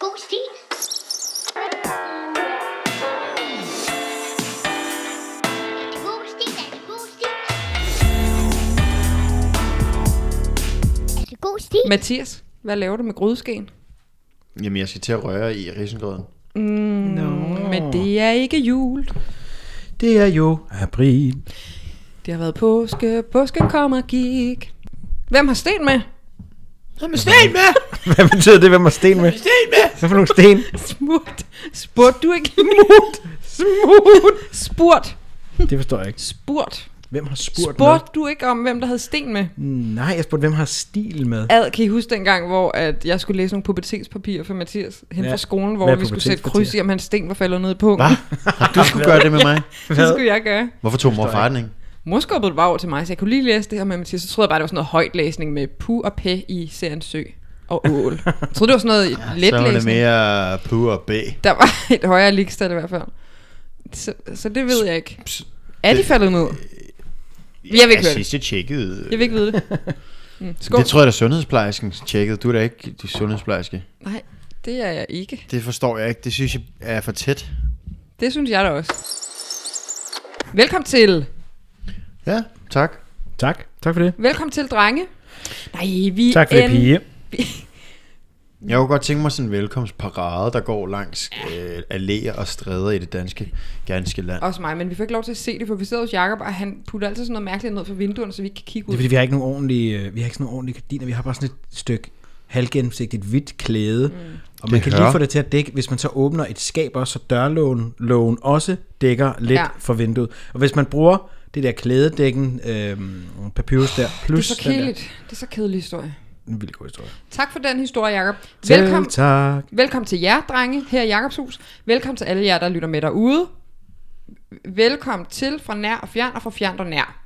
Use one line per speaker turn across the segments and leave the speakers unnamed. Boosty. God stil.
Mathias, hvad laver du med grydeskeen?
Jamen, jeg skal til at røre i risengrøden.
No.
Men det er ikke jul.
Det er jo april.
Det har været påske, påske kom og gik. Hvem har sten med?
Hvad betyder det, hvem har sten med? Sten med! Hvad for nogle sten?
Smurt. Spurgte du ikke? Smurt. Smurt. Spurt.
Det forstår jeg ikke.
Spurt.
Hvem har spurgt
Spurgte du ikke om, hvem der havde sten med?
med? Nej, jeg spurgte, hvem har stil med?
Ad, kan I huske dengang, hvor at jeg skulle læse nogle pubertetspapirer for Mathias hen ja.
Ja.
fra skolen, hvor
Hvad er
vi skulle sætte kryds i,
pubertetspapirer?
om hans sten var faldet ned på.
Hvad? Har du skulle gøre det med mig?
Det skulle jeg gøre.
Hvorfor tog mor far den ikke?
Mor skubbede det bare over til mig, så jeg kunne lige læse det her med Mathias. Så troede jeg bare, det var sådan noget højtlæsning med pu og pæ i serien Sø og Ål. Jeg troede, det var sådan noget ja,
Så var det
letlæsning.
mere pu og b.
Der var et højere ligestal i hvert fald. Så, så det ved jeg ikke. Er de faldet ned? Jeg vil ikke høre
ja,
det.
sidst jeg tjekkede.
Jeg vil ikke vide det. Mm, skål.
Det tror jeg da sundhedsplejersken tjekkede. Du er da ikke de sundhedsplejerske.
Nej, det er jeg ikke.
Det forstår jeg ikke. Det synes jeg er for tæt.
Det synes jeg da også. Velkommen til.
Ja, tak.
Tak. Tak for det.
Velkommen til, drenge. Nej, vi
Tak for det,
end-
pige.
Jeg kunne godt tænke mig sådan en velkomstparade, der går langs øh, alléer og stræder i det danske, ganske land.
Også mig, men vi får ikke lov til at se det, for vi sidder hos Jacob, og han putter altid sådan noget mærkeligt ned fra vinduerne, så vi ikke kan kigge
Det er
ud.
fordi, vi har ikke nogen ordentlige, øh, vi har ikke sådan nogle ordentlige gardiner. Vi har bare sådan et stykke halvgennemsigtigt hvidt klæde. Mm. Og man
Det
kan
hører.
lige få det til at dække, hvis man så åbner et skab også, så dørlågen lågen også dækker lidt
Ja.
ja. for vinduet. Og hvis man bruger det der klædedækken, øh, papyrus der,
Det er
plus
så kedeligt. Det er så kedelig historie.
den der, en vild god historie.
Tak for den historie, Jacob.
Selv
Velkommen,
tak.
velkommen til jer, drenge, her i Jacobs hus. Velkommen til alle jer, der lytter med derude. Velkommen til fra nær og fjern og fra fjern og nær.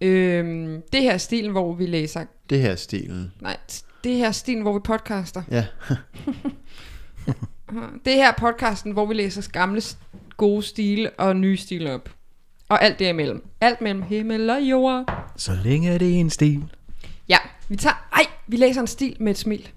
Øhm, det her er stilen, hvor vi læser...
Det her er stilen.
Nej, det her er stilen, hvor vi podcaster.
Ja.
Det her er podcasten, hvor vi læser gamle s- gode stile og nye stile op. Og alt derimellem. Alt mellem himmel og jord.
Så længe er det en stil.
Ja, vi tager... Ej, vi læser en stil med et smil.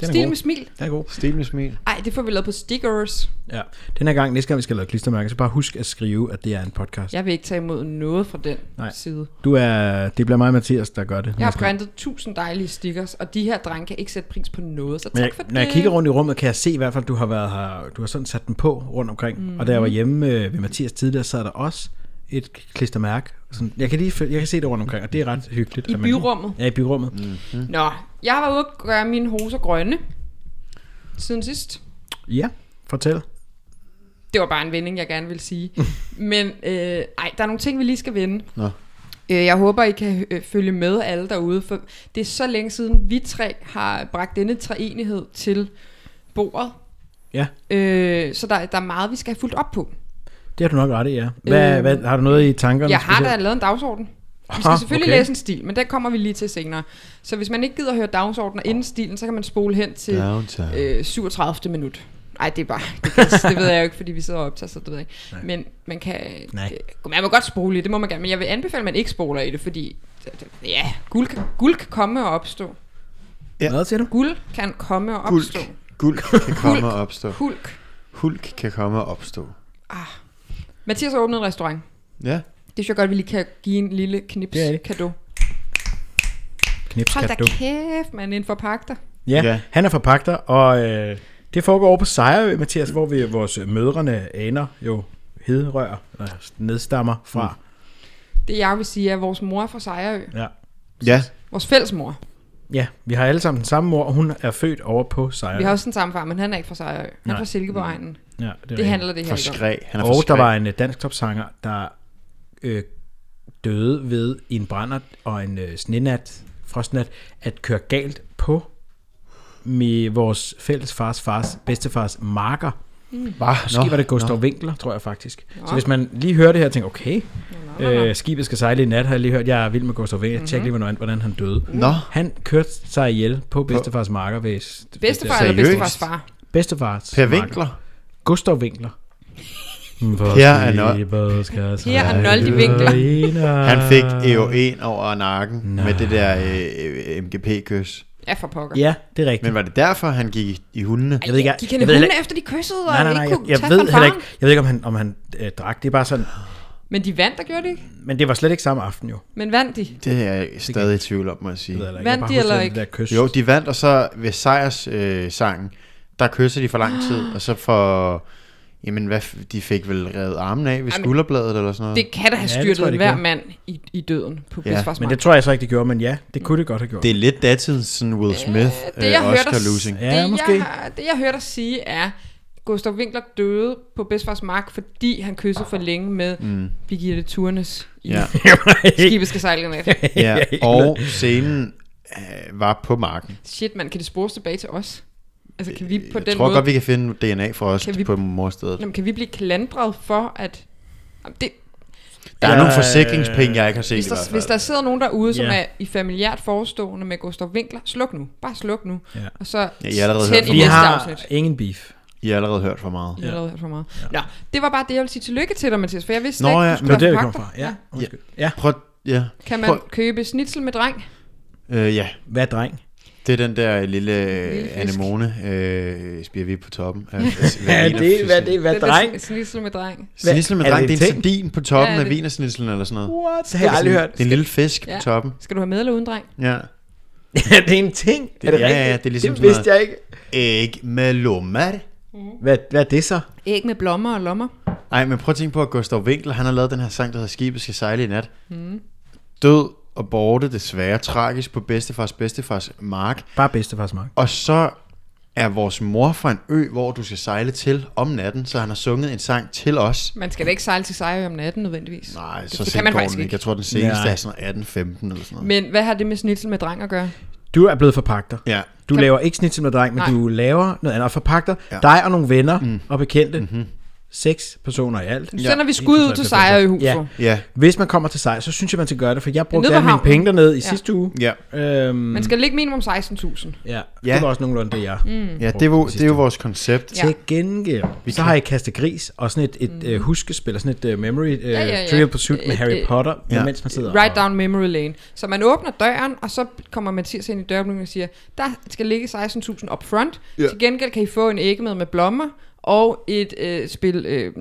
Den er
Stil
god.
med smil.
Den er god.
Stil med smil.
Ej, det får vi lavet på stickers.
Ja. Den her gang, næste gang vi skal lave klistermærker, så bare husk at skrive, at det er en podcast. Ja.
Jeg vil ikke tage imod noget fra den Nej.
Nej.
side.
Du er, det bliver mig og Mathias, der gør det.
Jeg har printet tusind dejlige stickers, og de her drenge kan ikke sætte pris på noget, så
Men jeg,
tak for det.
når jeg kigger rundt i rummet, kan jeg se i hvert fald, du har været her, du har sådan sat den på rundt omkring.
Mm.
Mm-hmm. Og da jeg var hjemme øh, ved Mathias tidligere, sad der også et klistermærke. Sådan, jeg kan lige føl- jeg kan se det rundt omkring, og det er ret hyggeligt.
I
at man-
byrummet.
Ja, i byrummet. Mm.
Nå, jeg har været ude og gøre mine hoser grønne siden sidst.
Ja, fortæl.
Det var bare en vending, jeg gerne vil sige. Men øh, ej, der er nogle ting, vi lige skal vende.
Nå.
Øh, Jeg håber, I kan øh, følge med alle derude, for det er så længe siden, vi tre har bragt denne treenighed til bordet.
Ja,
Øh, så der, der er meget, vi skal have fulgt op på.
det har du nok ret i, ja. Hvad,
Øhm,
øh, hvad, har du noget i tankerne?
Jeg har da
specielt?
lavet en dagsorden. Vi skal
Aha,
selvfølgelig okay.
okay.
læse en stil, men den kommer vi lige til senere. Så hvis man ikke gider at høre dagsordenen inden stilen, så kan man spole hen til
Downtown.
øh, 37. minut. Nej, det er bare... Det, kan, det ved jeg jo ikke, fordi vi sidder og optager, så det ved jeg ikke. Men man kan...
Nej.
det- Man må godt spole i det, det må man gerne. Men jeg vil anbefale, at man ikke spoler i det, fordi... det- det- Ja, guld kan, guld kan komme og opstå.
Ja.
Hvad siger du?
Guld kan komme og
Gulk.
opstå.
Gulk kan komme og opstå.
Hulk.
Hulk kan komme og opstå.
Mathias har åbnet en restaurant.
Ja.
Det synes jeg godt, vi lige kan give en lille knips
Det er det.
kado.
Knips,
Hold da
kat, du.
kæft, man, en forpagter.
Ja,
Ja.
ja, han er forpagter, og øh, det foregår over på Sejrø, Mathias, hvor vi vores mødrene aner jo hedrør, eller nedstammer fra.
Det jeg vil sige er, at vores mor er fra Sejrø.
Mm, Ja.
Ja.
Vores fælles mor.
ja, vi har alle sammen den samme mor, og hun er født over på Sejrø.
Vi har også den samme far, men han er ikke fra Sejrø. Han er
Nej. Mm.
fra Silkeborg-egnen.
ja, det,
Det
er
handler det her
For
ikke om.
skræg. Han er for
Og der
skræg.
var en øh, dansk topsanger, der øh, døde ved i en brændert og en øh, snenat, frostnat, at køre galt på med vores fælles fars, fars bedstefars marker.
Var,
Måske var det Gustav Winkler, tror jeg faktisk. Så hvis man lige hører det her og tænker, okay, øh, skibet skal sejle i nat, har jeg lige hørt, jeg er vild med Gustav Winkler, tjek lige, hvordan, hvordan han døde.
Nå.
Han kørte sig ihjel på bedstefars marker ved...
Bedstefar eller
Seriøst?
bedstefars far?
Bedstefars
Per
marker.
Winkler.
Gustav Winkler.
Per Arnold.
Per Arnold i Winkler.
E øh, Han fik jo en over nakken Nej. med det der øh, MGP-kys.
Ja, for pokker.
Ja, det er rigtigt.
Men var det derfor, han gik i, i hundene?
jeg ved ikke,
Gik han i
jeg ved
hundene
heller-
efter de kyssede, og
nej, nej, nej,
ikke
jeg,
kunne
jeg
tage
ved
fra
heller
faren?
ikke, jeg ved ikke, om han, om han øh, drak. Det er bare sådan,
Men de vandt, der gjorde det ikke?
men det var slet ikke samme aften jo.
Men vandt de?
Det er jeg stadig i tvivl om, må jeg sige.
Jeg ved heller
Vandt
jeg
de
bare husker
eller
det Der kys.
Jo, de vandt, og så ved sejrssangen, øh, sangen, der kysser de for lang tid, og så for... Jamen, hvad, f- de fik vel revet armen af ved
Jamen,
skulderbladet eller sådan noget?
Det kan da have
Ja, det
styrtet
tror
ja,
jeg, det
hver
gjorde.
mand i, i døden på
Ja,
ja,
men det tror jeg så ikke, det gjorde, men ja, det kunne det godt have gjort.
Det er lidt datidens sådan Will Smith,
det, jeg
øh,
hørte
Oscar
s-
losing.
Ja,
det,
måske.
Jeg, har- det jeg hørte dig sige er, Gustav Winkler døde på bedstfars mark, fordi han kyssede for længe med mm. Birgitte Turnes i
Ja.
ja. Skibet skal sejle i nat.
ja. Og scenen øh, var på marken.
Shit, man, kan det spores tilbage til os? Altså, kan vi på
Øh, jeg
den
tror
måde...
godt, vi kan finde DNA fra os
Kan vi-
på morstedet.
Nå, men kan vi blive klandret for, at... Jamen, Det,
Der er
Ja,
nogle forsikringspenge, jeg ikke har set
hvis,
i hvert
der,
fald.
hvis der sidder nogen derude, som
Ja.
er i familiært forestående med Gustav Winkler, sluk nu. Bare sluk nu.
Ja.
Og så
Ja, I har allerede hørt
tænd i
for
Vi
næste
meget.
har
afsnit.
ingen beef.
I har allerede hørt for meget.
Jeg har allerede hørt for meget. Nå, det var bare det, jeg ville sige tillykke til dig, Mathias, for jeg vidste
Nå
ikke,
ja,
du
Det
skulle
var det,
have
vi kom
forpagter.
fra. Ja, undskyld. Ja,
Prøv, ja.
Kan man
Prøv,
købe snitsel med dreng?
øh, ja,
hvad dreng?
det er den der lille,
Lille
lille
fisk.
anemone, øh, spiger vi på toppen. Ja,
hvad
Den der sn- Snitsel med dreng.
Snitsel med
Er det
dreng,
en
det er en
ting?
sardin på toppen
Ja,
ja,
det-
af vinersnitselen eller sådan noget.
What? Uh, Det har jeg aldrig hørt.
Det er en lille fisk ja.
Ja.
på toppen.
Skal du have med eller uden dreng?
Ja.
det er en ting.
Det- ja, ja,
rigtigt?
det er ligesom
det
sådan
vidste jeg ikke.
Æg med lommer.
Hvad, hvad er det så?
Æg med blommer og lommer.
Ej, men prøv at tænke på, at Gustav Winkel, han har lavet den her sang, der hedder Skibet skal sejle i nat. Mm. Død og borte, desværre tragisk på bedstefars bedstefars mark.
Bare bedstefars mange.
Og så er vores mor fra en ø, hvor du skal sejle til om natten, så han har sunget en sang til os.
Man skal da ikke sejle til sejre om natten nødvendigvis.
Nej,
Det-
så
det
det
kan man faktisk
den ikke.
ikke.
Jeg tror, den seneste
Nej.
er sådan 18-15 eller sådan noget.
Men hvad har det med snitsel med dreng at gøre?
Du er blevet forpagter.
Ja,
Du laver ikke snitsel med dreng, men
Nej.
du laver noget andet. Og forpagter
Ja. Mm. Mm-hmm.
dig og nogle venner og bekendte. Seks personer i alt.
Nu sender vi skud ud til sejre i huset.
Ja.
ja,
Hvis man kommer til sejr, så synes jeg, man skal gøre det, for jeg brugte
nede ved
alle mine
havnen.
penge dernede i
Ja.
sidste uge.
ja.
Mm.
Øhm,
Man skal ligge minimum 16.000.
ja.
Ja.
Det var også nogenlunde det, jeg
ja det, er jo, det er jo vores koncept.
Mm, Ja.
Til gengæld, vi så har jeg kastet gris og sådan et, et mm. uh, huskespil, og sådan et uh, memory uh, ja,
ja,
ja,
ja.
trivial pursuit med
Et,
Harry
øh,
Potter, ja.
ja.
mens man sidder
Right
og,
down memory lane. Så man åbner døren, og så kommer Mathias ind i døråbningen og siger, der skal ligge 16.000 up front.
Ja.
Til gengæld kan I få en æggemad med blommer og et øh, spil øh,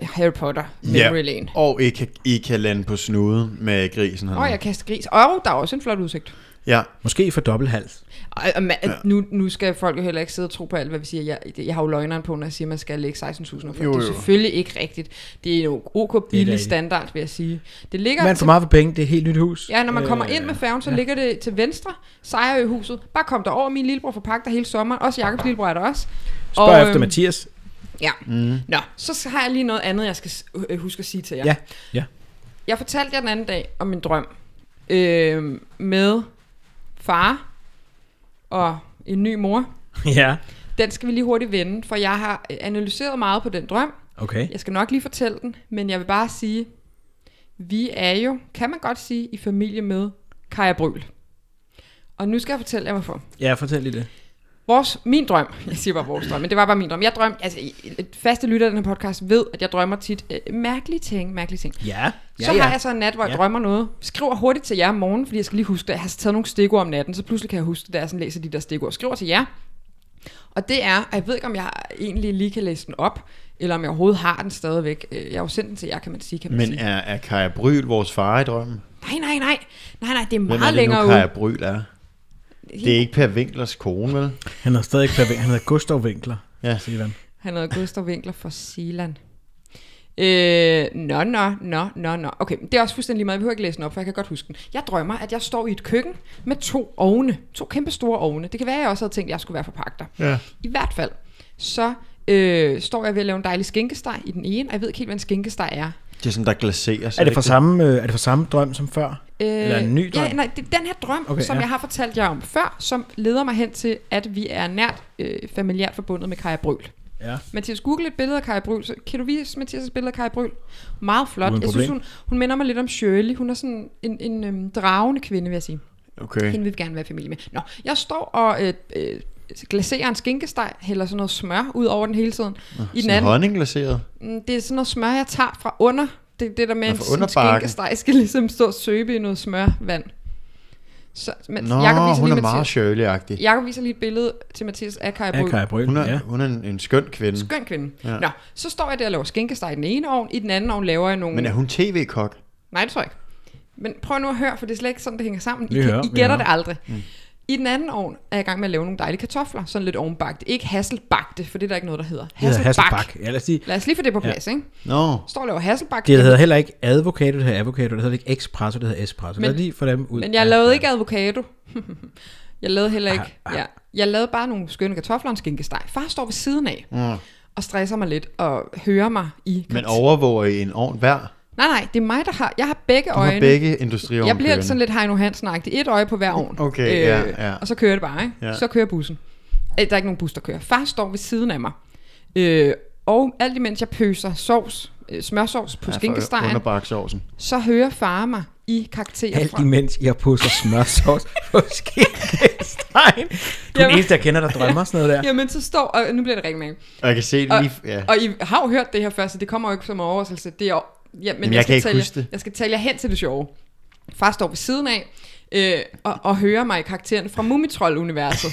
Harry Potter memory
Ja.
lane.
Og I kan, I kan lande på snuden med grisen.
Og jeg kaster gris. Og der er også en flot udsigt.
Ja,
Måske for dobbelt hals.
Ej, og man, ja. nu, nu skal folk jo heller ikke sidde og tro på alt, hvad vi siger. Jeg, jeg har jo løgneren på, når jeg siger, at man skal lægge 16.000 op. Det er
Jo, jo.
selvfølgelig ikke rigtigt. Det er jo OK billig
rigtigt.
standard, vil jeg sige. Det ligger
Man
til-
får meget for penge, det er et helt nyt hus.
Øh,
Øh,
Ja, når man kommer ind med færgen, så ligger det til venstre, Sejrøhuset. Bare kom derover, min lillebror forpagter hele sommeren. Også Jakobs lillebror er der også.
Spørg og, efter
øhm,
Mathias.
Ja. Mm. Nå, så har jeg lige noget andet, jeg skal s- øh, huske at sige til jer.
Ja. ja.
Jeg fortalte jer den anden dag om min drøm øh, med far og en ny mor.
ja.
Den skal vi lige hurtigt vende, for jeg har øh, analyseret meget på den drøm.
Okay.
Jeg skal nok lige fortælle den, men jeg vil bare sige, vi er jo, kan man godt sige, i familie med Kaja Bryl. Og nu skal jeg fortælle jer, hvorfor.
Ja, fortæl lige det.
Vores, min drøm, jeg siger bare vores drøm, men det var bare min drøm. Jeg drøm, altså faste lytter af den her podcast ved, at jeg drømmer tit øh, mærkelige ting, mærkelige ting.
Ja. ja
Så
ja.
har jeg så en nat, hvor jeg
Ja.
ja. drømmer noget. Skriver hurtigt til jer om morgenen, fordi jeg skal lige huske det. Jeg har taget nogle stikord om natten, så pludselig kan jeg huske det, da jeg sådan læser de der stikord. Skriver til jer. Og det er, og jeg ved ikke, om jeg egentlig lige kan læse den op, eller om jeg overhovedet har den stadigvæk. Øh, Jeg har jo sendt den til jer, kan man sige. Kan man
men
sige.
er, er Kaja Bryl vores far i drømmen?
Nej, nej, nej. Nej, nej, det er meget
Hvem er det nu,
længere
Kaja
ud.
Bryl er? Det er ikke Per Winklers kone, vel?
Han er stadig ikke Per Winkler. Han hedder Gustav Winkler.
Ja.
Steven.
Han hedder Gustav Winkler fra Sealand. Øh, nå, nå, nå, nå, nå. Okay, men det er også fuldstændig lige meget. Jeg behøver ikke læse den op, for jeg kan godt huske den. Jeg drømmer, at jeg står i et køkken med to ovne. To kæmpe store ovne. Det kan være, at jeg også havde tænkt, at jeg skulle være forpagter.
Ja.
I hvert fald, så øh, står jeg ved at lave en dejlig skinkesteg i den ene, og jeg ved ikke helt, hvad en skinkesteg er.
Det er sådan, der glaserer sig.
Er det fra samme, øh, er det fra samme drøm som før? Eller en ny drøm?
Øh, Ja, nej, det er den her drøm,
Okay,
okay, som
ja.
ja. jeg har fortalt jer om før, som leder mig hen til, at vi er nært øh, familiært forbundet med Kaja Brøl.
ja.
Mathias, google et billede af Kaja Bryl. Så kan du vise Mathias' billede af Kaja Bryl? Meget flot.
Uden
jeg synes,
problem.
hun, hun minder mig lidt om Shirley. Hun er sådan en, en øhm, dragende kvinde, vil jeg sige.
Okay.
Hende vil vi gerne være i familie med. Nå, jeg står og øh, øh, glaserer en skinkesteg, hælder sådan noget smør ud over den hele tiden. I den
Sådan
anden,
honningglaseret?
mm, det er sådan noget smør, jeg tager fra under. Det er det der med,
Nå,
at
fra
en
underbarken.
skinkesteg skal ligesom stå og søbe i noget smørvand. Så, men
Nå,
Jacob viser
hun
lige
er meget
Mathias,
Shirley-agtig.
Jacob viser lige et billede til Mathias af Kaja
Af
Brug.
Kaja Brøl,
Hun er,
ja.
hun er en, en skøn kvinde.
Skøn kvinde.
Ja.
Ja. Nå, så står jeg der og laver skinkesteg i den ene ovn, i den anden ovn laver jeg nogle...
Men er hun tv-kok?
Nej, det tror jeg ikke. Men prøv nu at høre, for det er slet ikke sådan, det hænger sammen. I,
Vi
kan-
hører,
I
vi
gætter
hører.
det aldrig. Mm. I den anden ovn er jeg i gang med at lave nogle dejlige kartofler, sådan lidt ovenbagte. Ikke hasselbagte, for det er der ikke noget, der hedder.
Det hedder Hasselbak. Ja, lad os sige,
Lad os lige få det på plads, ja. ikke?
Nå,
Står og laver hasselbak.
det hedder heller ikke advokato, det hedder avocado, det hedder ikke espresso, det hedder espresso. Lad os
Men-
lige få dem ud.
Men jeg
af-
lavede ikke avocado. jeg lavede heller ikke...
Ah,
Ja. Jeg lavede bare nogle skønne kartofler og en skinkesteg. Far står ved siden af
Mm.
og stresser mig lidt og hører mig i...
men overvåger I en ovn hver?
Nej, nej, det er mig, der har... Jeg har begge
Du
øjne.
har begge industriovn
Jeg bliver
kørende.
sådan lidt Heino hansen -agtig. Et øje på hver ovn. Øh,
Okay, ja, ja.
Og så kører det bare, ikke?
Ja.
Så kører bussen. Øh, Der er ikke nogen bus, der kører. Far står ved siden af mig. Øh, og alt imens jeg pøser sovs, øh, smørsovs på
Ja,
ja,
for
skinkestegen,
Underbaksovsen.
så hører far mig i karakterer
Alt
fra...
imens jeg pusser smørsovs på skinkestegen. Du er den
Jamen.
eneste, jeg kender, der drømmer sådan noget der.
Jamen, så står... Og nu bliver det rigtig mange.
Og jeg kan se det
Og,
lige... Ja.
og I har jo hørt det her først, så det kommer jo ikke som en overraskelse. Det er jo, ja, men
Jamen,
jeg,
jeg kan
skal
ikke
tale,
huske det.
Jeg skal tale jer hen til det sjove. Far står ved siden af øh, og, og hører mig i karakteren fra Mumitrol-universet.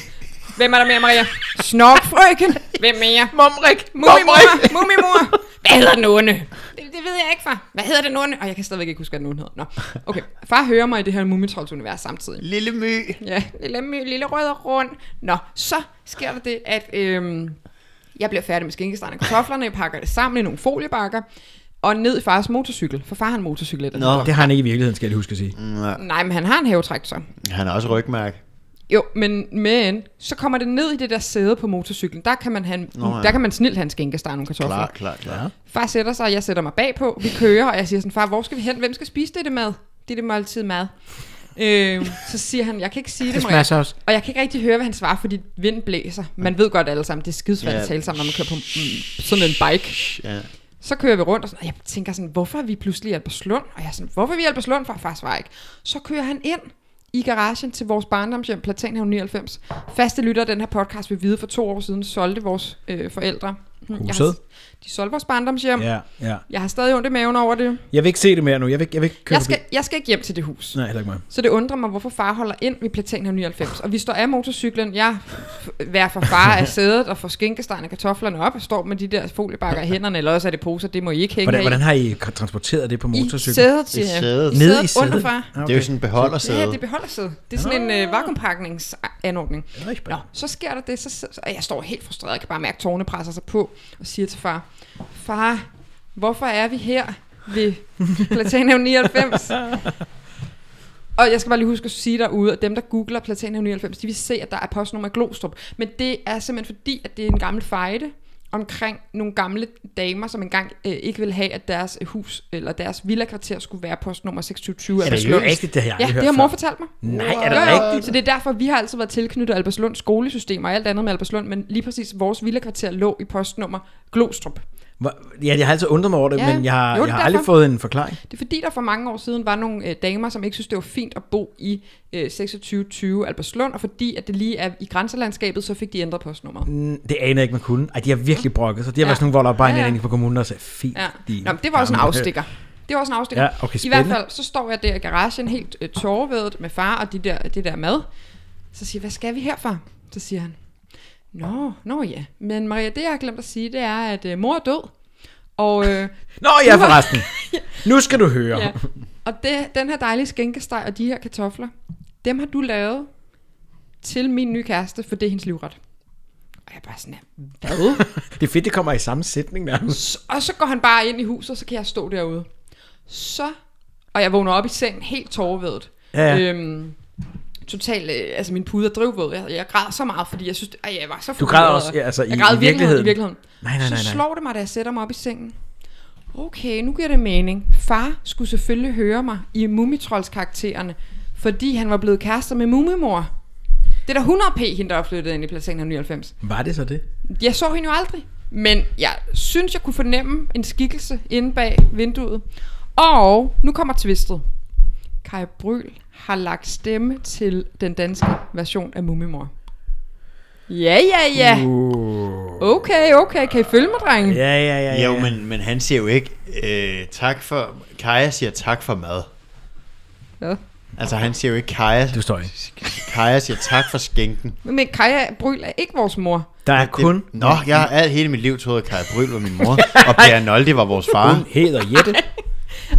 Hvem er der mere, Maria? Snorkfrøken! Hvem mere?
Momrik!
Mumimor! Mumimor! Hvad hedder den onde? Det, det ved jeg ikke, far. Hvad hedder den onde? Og jeg kan stadigvæk ikke huske, hvad den onde hedder. Nå, okay. Far hører mig i det her Mumitrolls-univers samtidig.
Lille my.
Ja, lille, my, lille rød og rund. Nå, så sker der det, at øhm, jeg bliver færdig med skinkestegen og kartoflerne. Jeg pakker det sammen i nogle foliebakker. Og ned i fars motorcykel. For far har en motorcykel. Eller
Nå.
Det har han ikke i virkeligheden, skal jeg lige huske at sige.
Mm. Nej, men han har en havetraktor.
Han har også rygmærke.
Jo, men, men så kommer det ned i det der sæde på motorcyklen. Der kan man, han,
Nå, ja.
der kan man snilt hans skinkesteg og nogle kartofler.
Klar, klar, klar. Ja.
Far sætter sig, og jeg sætter mig bagpå. Vi kører, og jeg siger sådan, far, hvor skal vi hen? Hvem skal spise det, det mad? Det er det måltid mad. Øh, så siger han, jeg kan ikke sige det,
Det
Maria.
smager sovs.
Og jeg kan ikke rigtig høre, hvad han svarer, fordi vinden blæser. Man ved godt alle sammen, det er skidesvært
Ja.
at tale sammen, når man kører på mm, sådan en bike.
ja.
Så kører vi rundt, og, sådan, og jeg tænker sådan, hvorfor er vi pludselig i Alberslund? Og jeg er sådan, hvorfor er vi i Alberslund? Far, far svarer ikke. Så kører han ind i garagen til vores barndomshjem, Platanhaven 99. Faste lytter af den her podcast vil vide, for to år siden solgte vores øh, forældre. Hm, jeg
Huset?
Har, de solgte vores barndomshjem.
Ja, ja.
Jeg har stadig ondt i maven over det.
Jeg vil ikke se det mere nu. Jeg vil, ikke- jeg vil ikke køre
Jeg skal,
forbi.
jeg skal ikke hjem til det hus.
Nej, heller ikke mig.
Så det undrer mig, hvorfor far holder ind ved Platanhaven 99. Og vi står af motorcyklen. Jeg vær for far af sædet og får skinkestegen og kartoflerne op og står med de der foliebakker i hænderne. Eller også er det poser, det må I ikke hænge
Hvordan,
af.
hvordan har I transporteret det på
I
motorcykel?
sædet, siger
I
jeg.
sædet.
I
Nede i
sædet under
sædet?
far.
Ah,
Det er jo sådan en beholdersæde.
Ja, det beholder sædet. Det er sådan
Ah.
en øh, vakuumpakningsanordning.
er rigtig
Nå,
spændende.
så sker der det, så, så, så og jeg står helt frustreret, jeg kan bare mærke, at tårne presser sig på, og siger til far, far, hvorfor er vi her ved Platanhaven 99? Og jeg skal bare lige huske at sige derude, at dem, der googler Platanhaven 99, de vil se, at der er postnummer i Glostrup. Men det er simpelthen fordi, at det er en gammel fejde omkring nogle gamle damer, som engang øh, ikke ville have, at deres hus eller deres villakvarter skulle være postnummer 2620.
Er det jo rigtigt, det har jeg
Ja,
aldrig hørt
det har mor
før.
fortalt mig.
Nej, er det
Jo, jo.
rigtigt?
Så det er derfor, vi har altid været tilknyttet Alberslunds skolesystem og alt andet med Alberslund, men lige præcis vores villakvarter lå i postnummer Glostrup.
Hvor- Ja, jeg har altid undret mig over det,
Ja,
men jeg har,
jo, det
jeg
er
har aldrig
derfor.
fået en forklaring.
Det er fordi, der for mange år siden var nogle øh, damer, som ikke synes, det var fint at bo i øh, 2620 Alberslund, og fordi at det lige er i grænselandskabet, så fik de ændret postnummeret.
Mm, Det anede jeg ikke, man kunne. Ej, de har virkelig brokket sig. De har
Ja.
været sådan nogle, hvor der var bare en
Ja, ja.
ja, ja. på kommunen, der sagde, fint.
Ja.
din
Nå, men det var også en
gamle-
afstikker. Det var også en afstikker.
Ja, okay,
I hvert
spændende.
fald, så står jeg der i garagen, helt øh, tårvedet med far og de der, det der mad. Så siger jeg, hvad skal vi her, far? Så siger han, nå, nå ja. Men Maria, det jeg har glemt at sige, det er, at øh, mor er død. Og, øh,
Nå ja, forresten. Nu skal du høre.
ja, og det, den her dejlige skænkesteg og de her kartofler, dem har du lavet til min nye kæreste, for det er hendes livret. Og jeg er bare sådan her, hvad?
Det er fedt, det kommer i samme sætning nærmest.
Så- Og så går han bare ind i huset, og så kan jeg stå derude. Så, og jeg vågner op i sengen helt tårvedet.
Ja, ja.
Øhm, Total, øh, altså min pude er drivvåd. Jeg, jeg græd så meget, fordi jeg synes, at jeg var så
Du græder
forvirret.
også, ja, altså, i-
jeg græd
i virkeligheden?
I virkeligheden.
Nej, nej, nej,
Så
nej.
slår det mig, da jeg sætter mig op i sengen. Okay, nu giver det mening. Far skulle selvfølgelig høre mig i Mumitrolls karaktererne, fordi han var blevet kærester med Mumimor. Det er da 100p, hende der er flyttet ind i placeringen 99.
Var det så det?
Jeg så hende jo aldrig, men jeg synes, jeg kunne fornemme en skikkelse inde bag vinduet. Og nu kommer twistet. Kai Bryl har lagt stemme til den danske version af Mumimor. Ja, ja, ja.
Uh.
Okay, okay. Kan I følge mig, drenge?
Ja, ja, ja. ja.
Jo, men, men han siger jo ikke, øh, tak for... Kaja siger tak for mad.
Ja.
Altså, han siger jo ikke Kaja.
Du står ikke.
Kaja siger tak for skænken.
Men Kaja Bryl er ikke vores mor.
Der er kun
Det, nå, jeg har alt hele mit liv troet, at Kaja Bryl var min mor, og Per Noldi var vores far.
hun hedder Jette.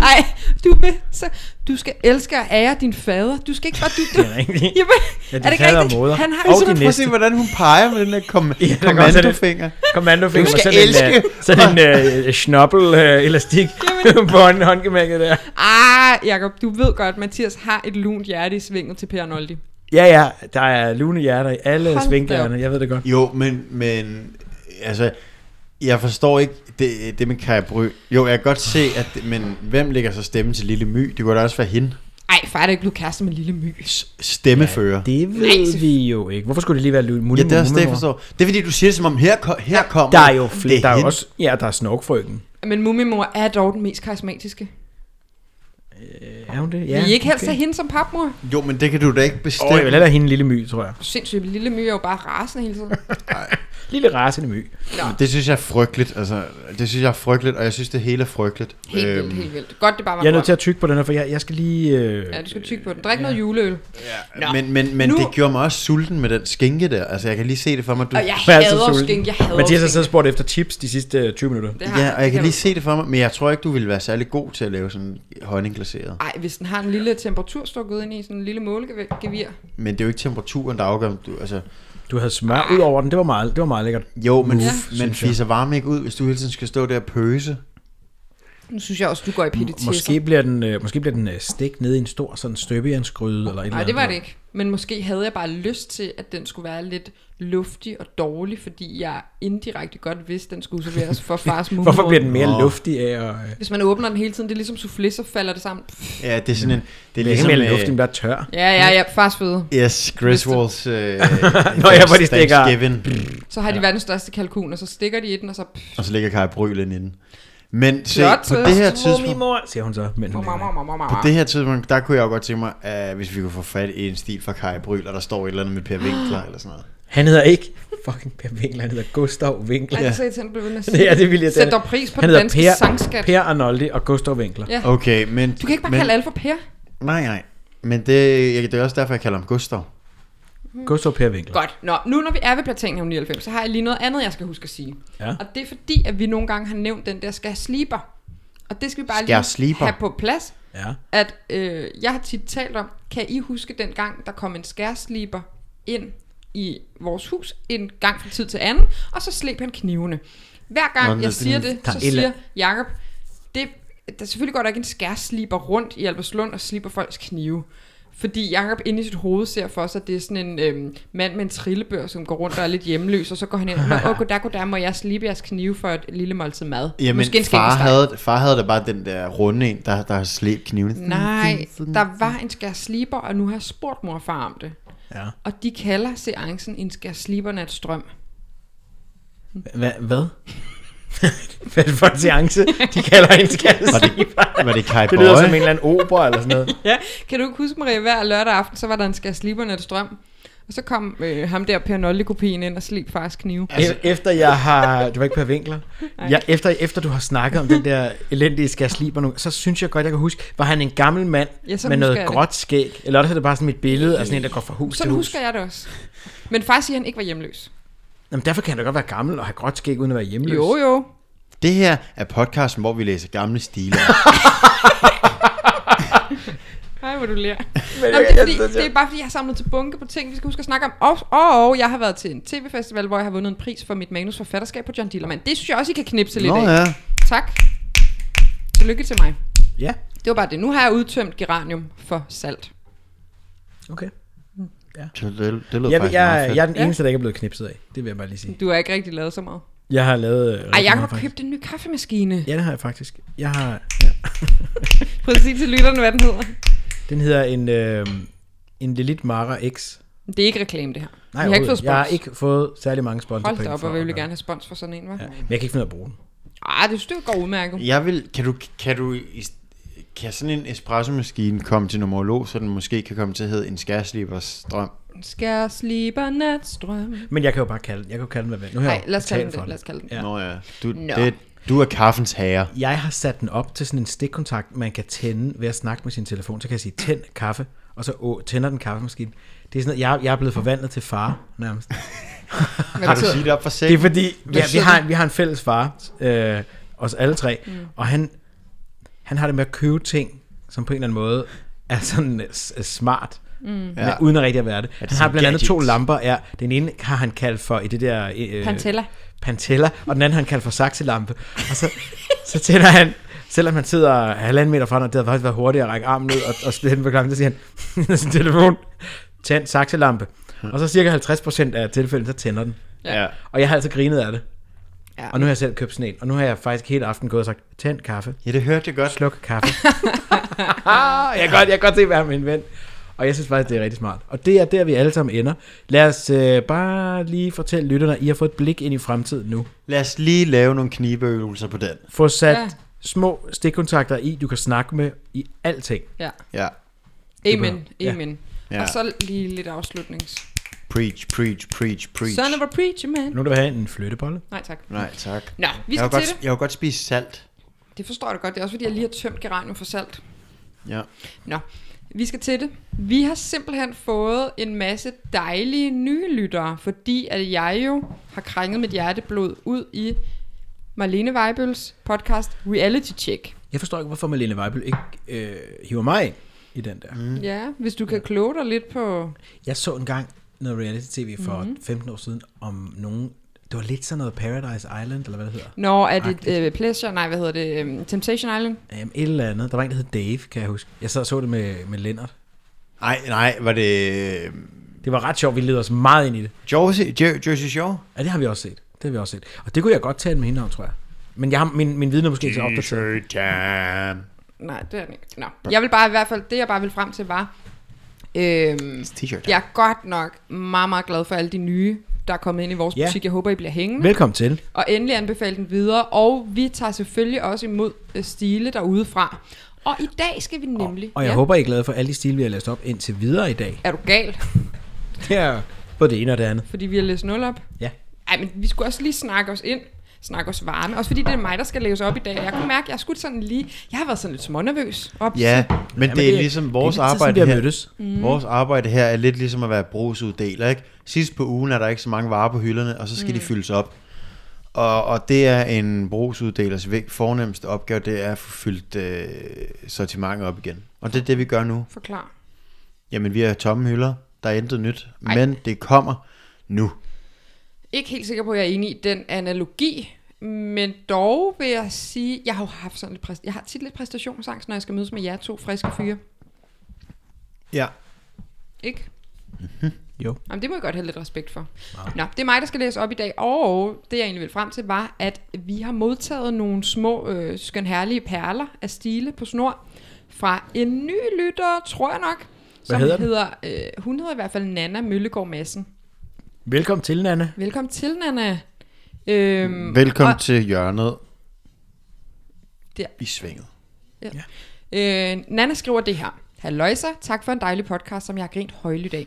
Ej, du, vil, så, du skal elske og ære din fader. Du skal ikke bare... Du, du,
Det er rigtigt.
Jamen,
Ja,
er
din
det ikke
fader og
rigtigt?
moder.
Han har ligesom
Og
jo
din
sådan
Prøv at se,
Næste.
hvordan hun peger med den der kom-
Ja, der går også lidt-
kommandofinger.
Kommando fik
Du skal
sådan en,
elske.
øh, sådan en øh, schnoppel øh, elastik på hånd, håndgemærket der.
Ah, Jacob, du ved godt, Mathias har et lunt hjerte i svinget til Per Noldi.
Ja, ja, der er lune hjerter i alle
Hold da
svinghjerne, jeg ved det godt.
Jo, men, men altså, jeg forstår ikke det, det med Kaja Bry. Jo, jeg kan godt se, at, det- men hvem lægger så stemme til Lille My? Det kunne da også være hende.
Ej, far, er det ikke blevet kæreste med lille my.
S- Stemmefører. Ja,
Det ved vi jo ikke. Hvorfor skulle det lige være lune?
det, ja, det er også det, jeg forstår. Det er fordi, du siger det, som om her, ko- her kommer...
Der er jo flere.
Det
Der er jo
hende.
også, ja, der er snorkfrøken.
Men Mumimor er dog den mest karismatiske.
Er hun det?
Ja,
Ja,
Vi ikke helst
måske.
have hende som papmor.
Jo, men det kan du da ikke
Åh, jeg vil
bestemme.
hellere hende en lille my, tror jeg.
Sindssygt, lille my er jo bare rasende hele tiden.
Lille rasende my.
Oh, det synes jeg er frygteligt. Altså, det synes jeg er frygteligt, og jeg synes, det hele er frygteligt.
Helt vildt,
Øhm.
helt vildt. Godt, det bare var
Jeg er nødt til
en
at tykke på den her, for jeg, jeg skal lige... Øh,
drøm. Ja, du skal tykke på den. Drik noget juleøl. Nå.
men men, men
Nu-
det gjorde mig også sulten med den skinke der. Altså, jeg kan lige se det for mig. Du,
Og jeg
Jeg er altid
hader
sulten.
skænk, jeg hader
Mathias har
skænk.
siddet og spurgt efter tips de sidste øh, 20 minutter.
Det har
Ja, og jeg
det
kan
du.
lige se det for mig, men jeg tror ikke, du ville være særlig god til at lave sådan honningglaseret.
Ej, hvis den har en lille temperaturstok ude inde i sådan en lille målegevir.
Men det er jo ikke temperaturen, der afgør, om du, altså...
Du havde smør ud over den, det var meget, det var meget lækkert.
Jo, men,
Ja.
ja. men
synes jeg.
fiser varme ikke ud, hvis du hele tiden skal stå der og pøse.
Nu synes jeg også, du går i
M-
pittetesser.
Måske bliver den, øh, måske bliver den øh, stik ned i en stor sådan støbejernsgryde eller et eller
Nej,
andet.
det var det ikke. Men måske havde jeg bare lyst til, at den skulle være lidt luftig og dårlig, fordi jeg indirekte godt vidste, at den skulle serveres for fars mumor.
Hvorfor bliver den mere
Nå.
luftig af? Og, øh,
Hvis man åbner den hele tiden, det er ligesom soufflé, så falder det sammen. Pff,
Ja, det er sådan en... Det er
det er ikke
ligesom...
mere luftig, den
Øh,
bliver tør.
Ja, ja, ja, fars føde.
yes, Griswolds... Øh,
Nå ja, hvor de stikker-
Thanksgiving.
Så har de verdens største kalkun, og så stikker de i den, og så... Pff,
Og så ligger Kaja Bryl ind i den. Men se,
Flot,
på
øh,
det her
Mor, min
tidspunkt...
mor, siger hun så. Men hun
mor, mor,
er-
mor, mor,
På
mor.
det her tidspunkt, der kunne jeg jo godt tænke mig, at hvis vi kunne få fat i en stil fra Kaja Bryl, og der står et eller andet med Per Winkler eller sådan noget.
han hedder ikke fucking Per Winkler, han hedder Gustav Winkler.
Ej, det er så irriterende, at blive ved med at sige.
Ja, det vil jeg
Sæt dog pris på
Han
den
hedder
danske
per,
sangskat.
Per Arnoldi og Gustav Winkler.
Ja.
Okay, men...
Du kan ikke bare
men,
kalde alle for Per.
Nej, nej. Men det, jeg, det er også derfor, jeg kalder ham Gustav.
Gustav Per Winkler.
Godt. Nå, nu når vi er ved Platinum 99, så har jeg lige noget andet, jeg skal huske at sige.
Ja.
Og det er fordi, at vi nogle gange har nævnt den der skal sliber. Og det skal vi bare
Skær
lige
sliber.
have på plads.
Ja.
At øh, jeg har tit talt om, kan I huske den gang, der kom en skærsliber ind i vores hus en gang fra tid til anden, og så slep han knivene. Hver
Nå,
gang
men
jeg
det-
siger det,
der
så
er et eller-
siger Jakob, det, der selvfølgelig går der ikke en skærsliber rundt i Albertslund og slipper folks knive. Fordi Jakob inde i sit hoved ser for sig, at det er sådan en øhm, mand med en trillebør, som går rundt og er lidt hjemløs, og så går han ind og siger, åh, goddag, goddag, må jeg slippe jeres knive for et lille måltid mad?
Jamen,
Måske en
far,
skinkesteg."
havde, far havde da bare den der runde en, der, der har slæbt knivene.
Nej, der var en skærsliber, og nu har jeg spurgt mor og far om det.
ja.
Og de kalder seancen en skærslibernatsdrøm.
Hvad? Hvad? Hvad er det for en seance? De kalder en
Var
skærslip.
det, var det Kai
Det lyder som en
Boye?
eller anden opera eller sådan noget.
Ja, kan du ikke huske, Maria, hver lørdag aften, så var der en skærslibernatsdrøm. Og så kom øh, ham der, Per Nolde-kopien ind og slip fars knive.
Altså, efter jeg har... Det var ikke Per Winkler. Jeg, efter, efter du har snakket om den der elendige skærsliber nu, så synes jeg godt, jeg kan huske, var han en gammel mand
Ja, så
med
husker
noget
jeg det.
gråt skæg? Eller også er det bare sådan mit billede af sådan en, der går fra hus
Sådan
til hus.
husker jeg det også. Men far siger, at han ikke var hjemløs.
Jamen, derfor kan han da godt være gammel og have gråt skæg, uden at være hjemløs.
Jo, jo.
Det her er podcasten, hvor vi læser gamle stiler.
Ej, hvor du lærer. Nå, men det, er fordi, det er bare fordi, jeg har samlet til bunke på ting, vi skal huske at snakke om. Og, og, og jeg har været til en tv-festival, hvor jeg har vundet en pris for mit manusforfatterskab på John Dillermand. Det synes jeg også, I kan knipse lidt
Nå
af.
ja.
Tak. Tillykke til mig.
Ja,
Det var bare det. Nu har jeg udtømt geranium for salt.
okay.
Det, det, det lød
Jeg, jeg,
faktisk meget
jeg,
fedt.
jeg er den
Ja.
eneste, der ikke er blevet knipset af. Det vil jeg bare lige sige.
Du har ikke rigtig lavet så meget.
Jeg har lavet... øh,
Ej, jeg
rigtig meget,
har
faktisk.
købt en ny kaffemaskine.
Ja, det har jeg faktisk. Jeg har...
Prøv at sige til lytterne, hvad den hedder.
Den hedder en, øh, en Lilith Mara X.
Det er ikke reklame, det her.
Nej,
vi har ikke
overhovedet.
fået spons.
jeg har ikke fået særlig mange sponsor
Hold da op, og vi ville gerne have spons for sådan en, hva'?
Ja,
Ja.
men jeg kan ikke finde ud af at bruge den.
Ah, det synes jeg går udmærket.
jeg vil, kan du, kan du, i- kan sådan en espresso-maskine komme til numerolog, så den måske kan komme til at hedde en skærslibers drøm?
Skærsliber natstrøm.
Men jeg kan jo bare kalde den. Jeg kan jo kalde den, hvad jeg vil. Nu har
Nej,
jeg jo
lad os kalde den
betalt for
det. Lad os kalde den.
Ja.
Nå ja, du,
Nå.
det, du er kaffens herre.
Jeg har sat den op til sådan en stikkontakt, man kan tænde ved at snakke med sin telefon. Så kan jeg sige, tænd kaffe, og så å, tænder den kaffemaskine. Det er sådan, at jeg, jeg er blevet forvandlet til far, nærmest.
Men
Har
det
du
sidder-
sige det op for
Det er
sent?
fordi, ja, vi,
sidder-
har, vi har en fælles far, øh, os alle tre, mm. og han, han har det med at købe ting, som på en eller anden måde er sådan øh, s- øh, smart, mm. men
Ja.
uden at rigtig at være det.
det
Han
er
har
sådan
blandt andet to
gadgets.
lamper. Ja, den ene har han kaldt for i det der... Øh,
Pantella.
Pantella, og den anden har han kaldt for saxelampe. Og så, så tænder han, selvom han sidder halvanden meter fra, og det havde faktisk været hurtigt at række armen ud og, og spille den på klampen, så siger han, med sin telefon, tænd saxelampe. Og så cirka 50% af tilfældene, så tænder den.
Ja.
Og jeg har altid grinet af det.
Ja.
Og nu har jeg selv købt sådan en, og nu har jeg faktisk hele aften gået og sagt, tænd kaffe,
ja, det hørte jeg godt.
sluk kaffe. ah, jeg, kan godt, jeg kan godt se, hvad han er min ven. Og jeg synes faktisk, det er rigtig smart. Og det er der, vi alle sammen ender. Lad os øh, bare lige fortælle lytterne, at I har fået et blik ind i fremtiden nu.
Lad os lige lave nogle knibeøvelser på den.
Få sat
Ja.
ja. små stikkontakter i, du kan snakke med i alting.
Ja.
Ja.
Amen,
Ja.
amen.
Ja.
Og så lige lidt afslutnings.
Preach, preach, preach, preach.
Son of a preacher, man.
Nu vil have en flyttebolle.
Nej, tak.
Nej, tak.
Nå, vi
Jeg
skal til
vil, godt,
det.
jeg vil godt spise salt.
Det forstår du godt. Det er også fordi, jeg lige har tømt geranium for salt.
Ja.
Nå, vi skal til det. Vi har simpelthen fået en masse dejlige nye lyttere, fordi at jeg jo har krænget mit hjerteblod ud i Marlene Weibels podcast Reality Check.
Jeg forstår ikke, hvorfor Malene Weibel ikke øh, hiver mig ind i den der. Mm.
Mm. Ja, hvis du kan kloge dig lidt på...
Jeg så engang noget reality-tv for mm. 15 år siden om nogen... Det var lidt sådan noget Paradise Island, eller hvad det hedder.
Når er det
Agtigt.
øh, Pleasure? Nej, hvad hedder det? øhm, Temptation Island?
Um, et eller andet. Der var en, der hed Dave, kan jeg huske. Jeg sad og så det med, med Lennart.
Nej, nej, var det øh,
Det var ret sjovt, vi leder os meget ind i det.
Jersey, Jer- Jersey Shore?
Ja, det har vi også set. Det har vi også set. Og det kunne jeg godt tale med hende om, tror jeg. Men jeg har, min, min viden er måske ikke så opdateret.
T-shirt time.
Nej, det er den ikke. Nå. Jeg vil bare i hvert fald... Det jeg bare vil frem til var... Øhm,
T-shirt time.
jeg er godt nok meget, meget glad for alle de nye, der er kommet ind i vores
Ja.
butik. Jeg håber, I bliver hængende.
Velkommen til.
Og endelig anbefale den videre. Og vi tager selvfølgelig også imod øh, stile derude fra. Og i dag skal vi nemlig...
Og jeg ja. håber, I er glade for alle de stil, vi har læst op indtil videre i dag.
Er du gal?
Det er både det ene og det andet.
Fordi vi har læst nul op.
Ja.
Ej, men vi skulle også lige snakke os ind. Snakke os varme. Også fordi det er mig, der skal læse op i dag. Og jeg kunne mærke, at jeg skulle sådan lige... Jeg har været sådan lidt smånervøs. Op
Ja, men det er ligesom vores
det er lidt tid siden,
arbejde
vi har
her.
mødtes.
Mm. Vores arbejde her er lidt ligesom at være brugsuddeler, ikke? Sidst på ugen er der ikke så mange varer på hylderne, og så skal mm. de fyldes op. Og, og det er en brugsuddelers væk fornemmeste opgave, det er at få fyldt øh, sortimentet op igen. Og det er det, vi gør nu.
Forklar.
Jamen, vi har tomme hylder, der er intet nyt, Ej. men det kommer nu.
Ikke helt sikker på, at jeg er enig i den analogi. Men dog vil jeg sige... Jeg har jo haft sådan lidt... Præst- jeg har tit lidt præstationsangst, når jeg skal mødes med jer to friske fyre.
Ja.
Ikke?
Jo.
Jamen, det må jeg godt have lidt respekt for. Nå, det er mig, der skal læse op i dag, og det jeg egentlig vil frem til var, at vi har modtaget nogle små øh, skønherlige perler af stile på snor fra en ny lytter, tror jeg nok, som
hedder den?
hedder øh, hun hedder i hvert fald Nana Møllegaard Madsen.
Velkommen til, Nana.
Velkommen til, Nana. Øhm,
Velkommen
og-
til hjørnet
Der.
i svinget.
Øh, Nana skriver det her. Halløjsa, tak for en dejlig podcast, som jeg har grint højlydt af.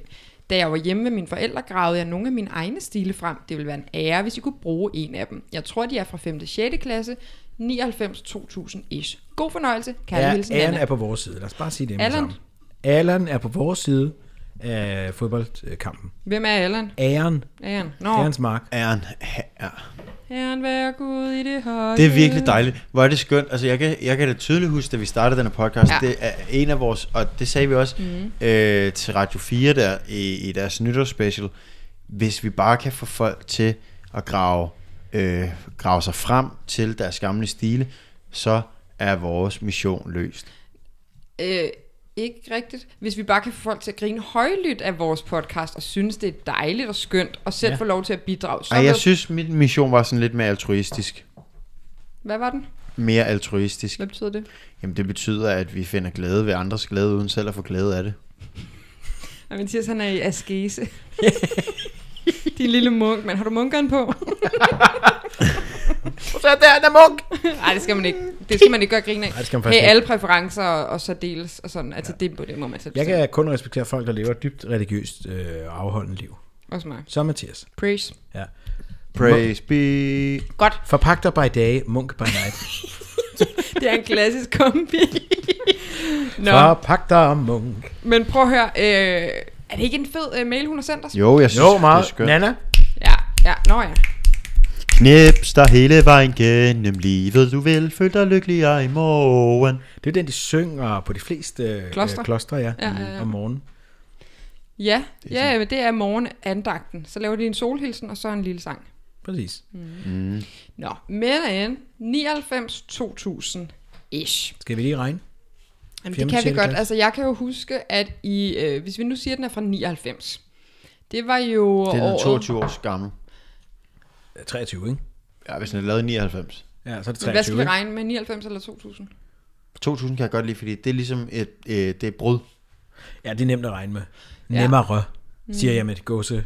Da jeg var hjemme med mine forældre, gravede jeg nogle af mine egne stile frem. Det ville være en ære, hvis I kunne bruge en af dem. Jeg tror, de er fra 5. og 6. klasse, 99-2000-ish. God fornøjelse. Kærlig ja,
Ja,
hilsen,
Allan
Nana.
er på vores side. Lad os bare sige det med
Allan?
sammen. Allan er på vores side af fodboldkampen.
Hvem er Allan?
Æren.
Allan. Nå,
Ærens mark.
Æren her.
Herren være Gud i det høje.
Det er virkelig dejligt. Hvor er det skønt. Altså, jeg kan, jeg kan da tydeligt huske, da vi startede den her podcast,
Ja.
ja. det er en af vores, og det sagde vi også mm. øh, til Radio 4 der i, i deres nytårsspecial, hvis vi bare kan få folk til at grave, øh, grave sig frem til deres gamle stile, så er vores mission løst.
Øh, ikke rigtigt. Hvis vi bare kan få folk til at grine højlydt af vores podcast, og synes, det er dejligt og skønt, og selv ja. få lov til at bidrage. Så
Ej, jeg
ved-
synes, min mission var sådan lidt mere altruistisk.
Hvad var den?
Mere altruistisk.
Hvad betyder det?
Jamen, det betyder, at vi finder glæde ved andres glæde, uden selv at få glæde af det.
Og Mathias, han er i askese. Din lille munk, men har du munkeren på?
Så der, der munk!
Nej, det skal man ikke. Det skal man ikke gøre grin af.
det skal man
hey,
faktisk
alle præferencer og, og så deles og sådan. Altså, ja. det, på det må man selv
Jeg
bestemme.
kan kun respektere folk, der lever et dybt religiøst øh, og afholdende liv.
Også mig.
Så Mathias.
Praise.
Ja.
Praise be...
Godt.
Forpagter by day, munk by night.
Det er en klassisk kombi. Nå,
Fra Pagter Munk.
men prøv at høre, øh, er det ikke en fed øh, mail, hun har sendt os?
Jo, jeg synes,
Jo, meget.
det er skønt.
Nana?
Ja, ja, nå ja.
Knips dig hele vejen gennem livet, du vil føle dig lykkeligere i morgen.
Det er jo den, de synger på de fleste øh,
Klostre.
øh, klostre ja,
Ja, ja, ja.
om morgenen.
Ja, det ja, men det er morgenandagten. Så laver de en solhilsen, og så en lille sang.
Præcis.
Nå, men 99-2000-ish.
Skal vi lige regne?
Jamen, det
Fjerde,
kan vi
sjette
godt.
klasse.
Altså, jeg kan jo huske, at i, øh, hvis vi nu siger, at den er fra 99, det var jo
Det er den
året-
22 år gammel.
Øh, 23, ikke?
Ja, hvis den er lavet i 99.
Ja, så er det
Men
23,
Hvad skal vi
ikke?
regne med, 99 eller 2000?
2000 kan jeg godt lide, fordi det er ligesom et, øh, det er et brud.
Ja, det er nemt at regne med.
Ja. Mm.
Nemmere, siger jeg med et gåse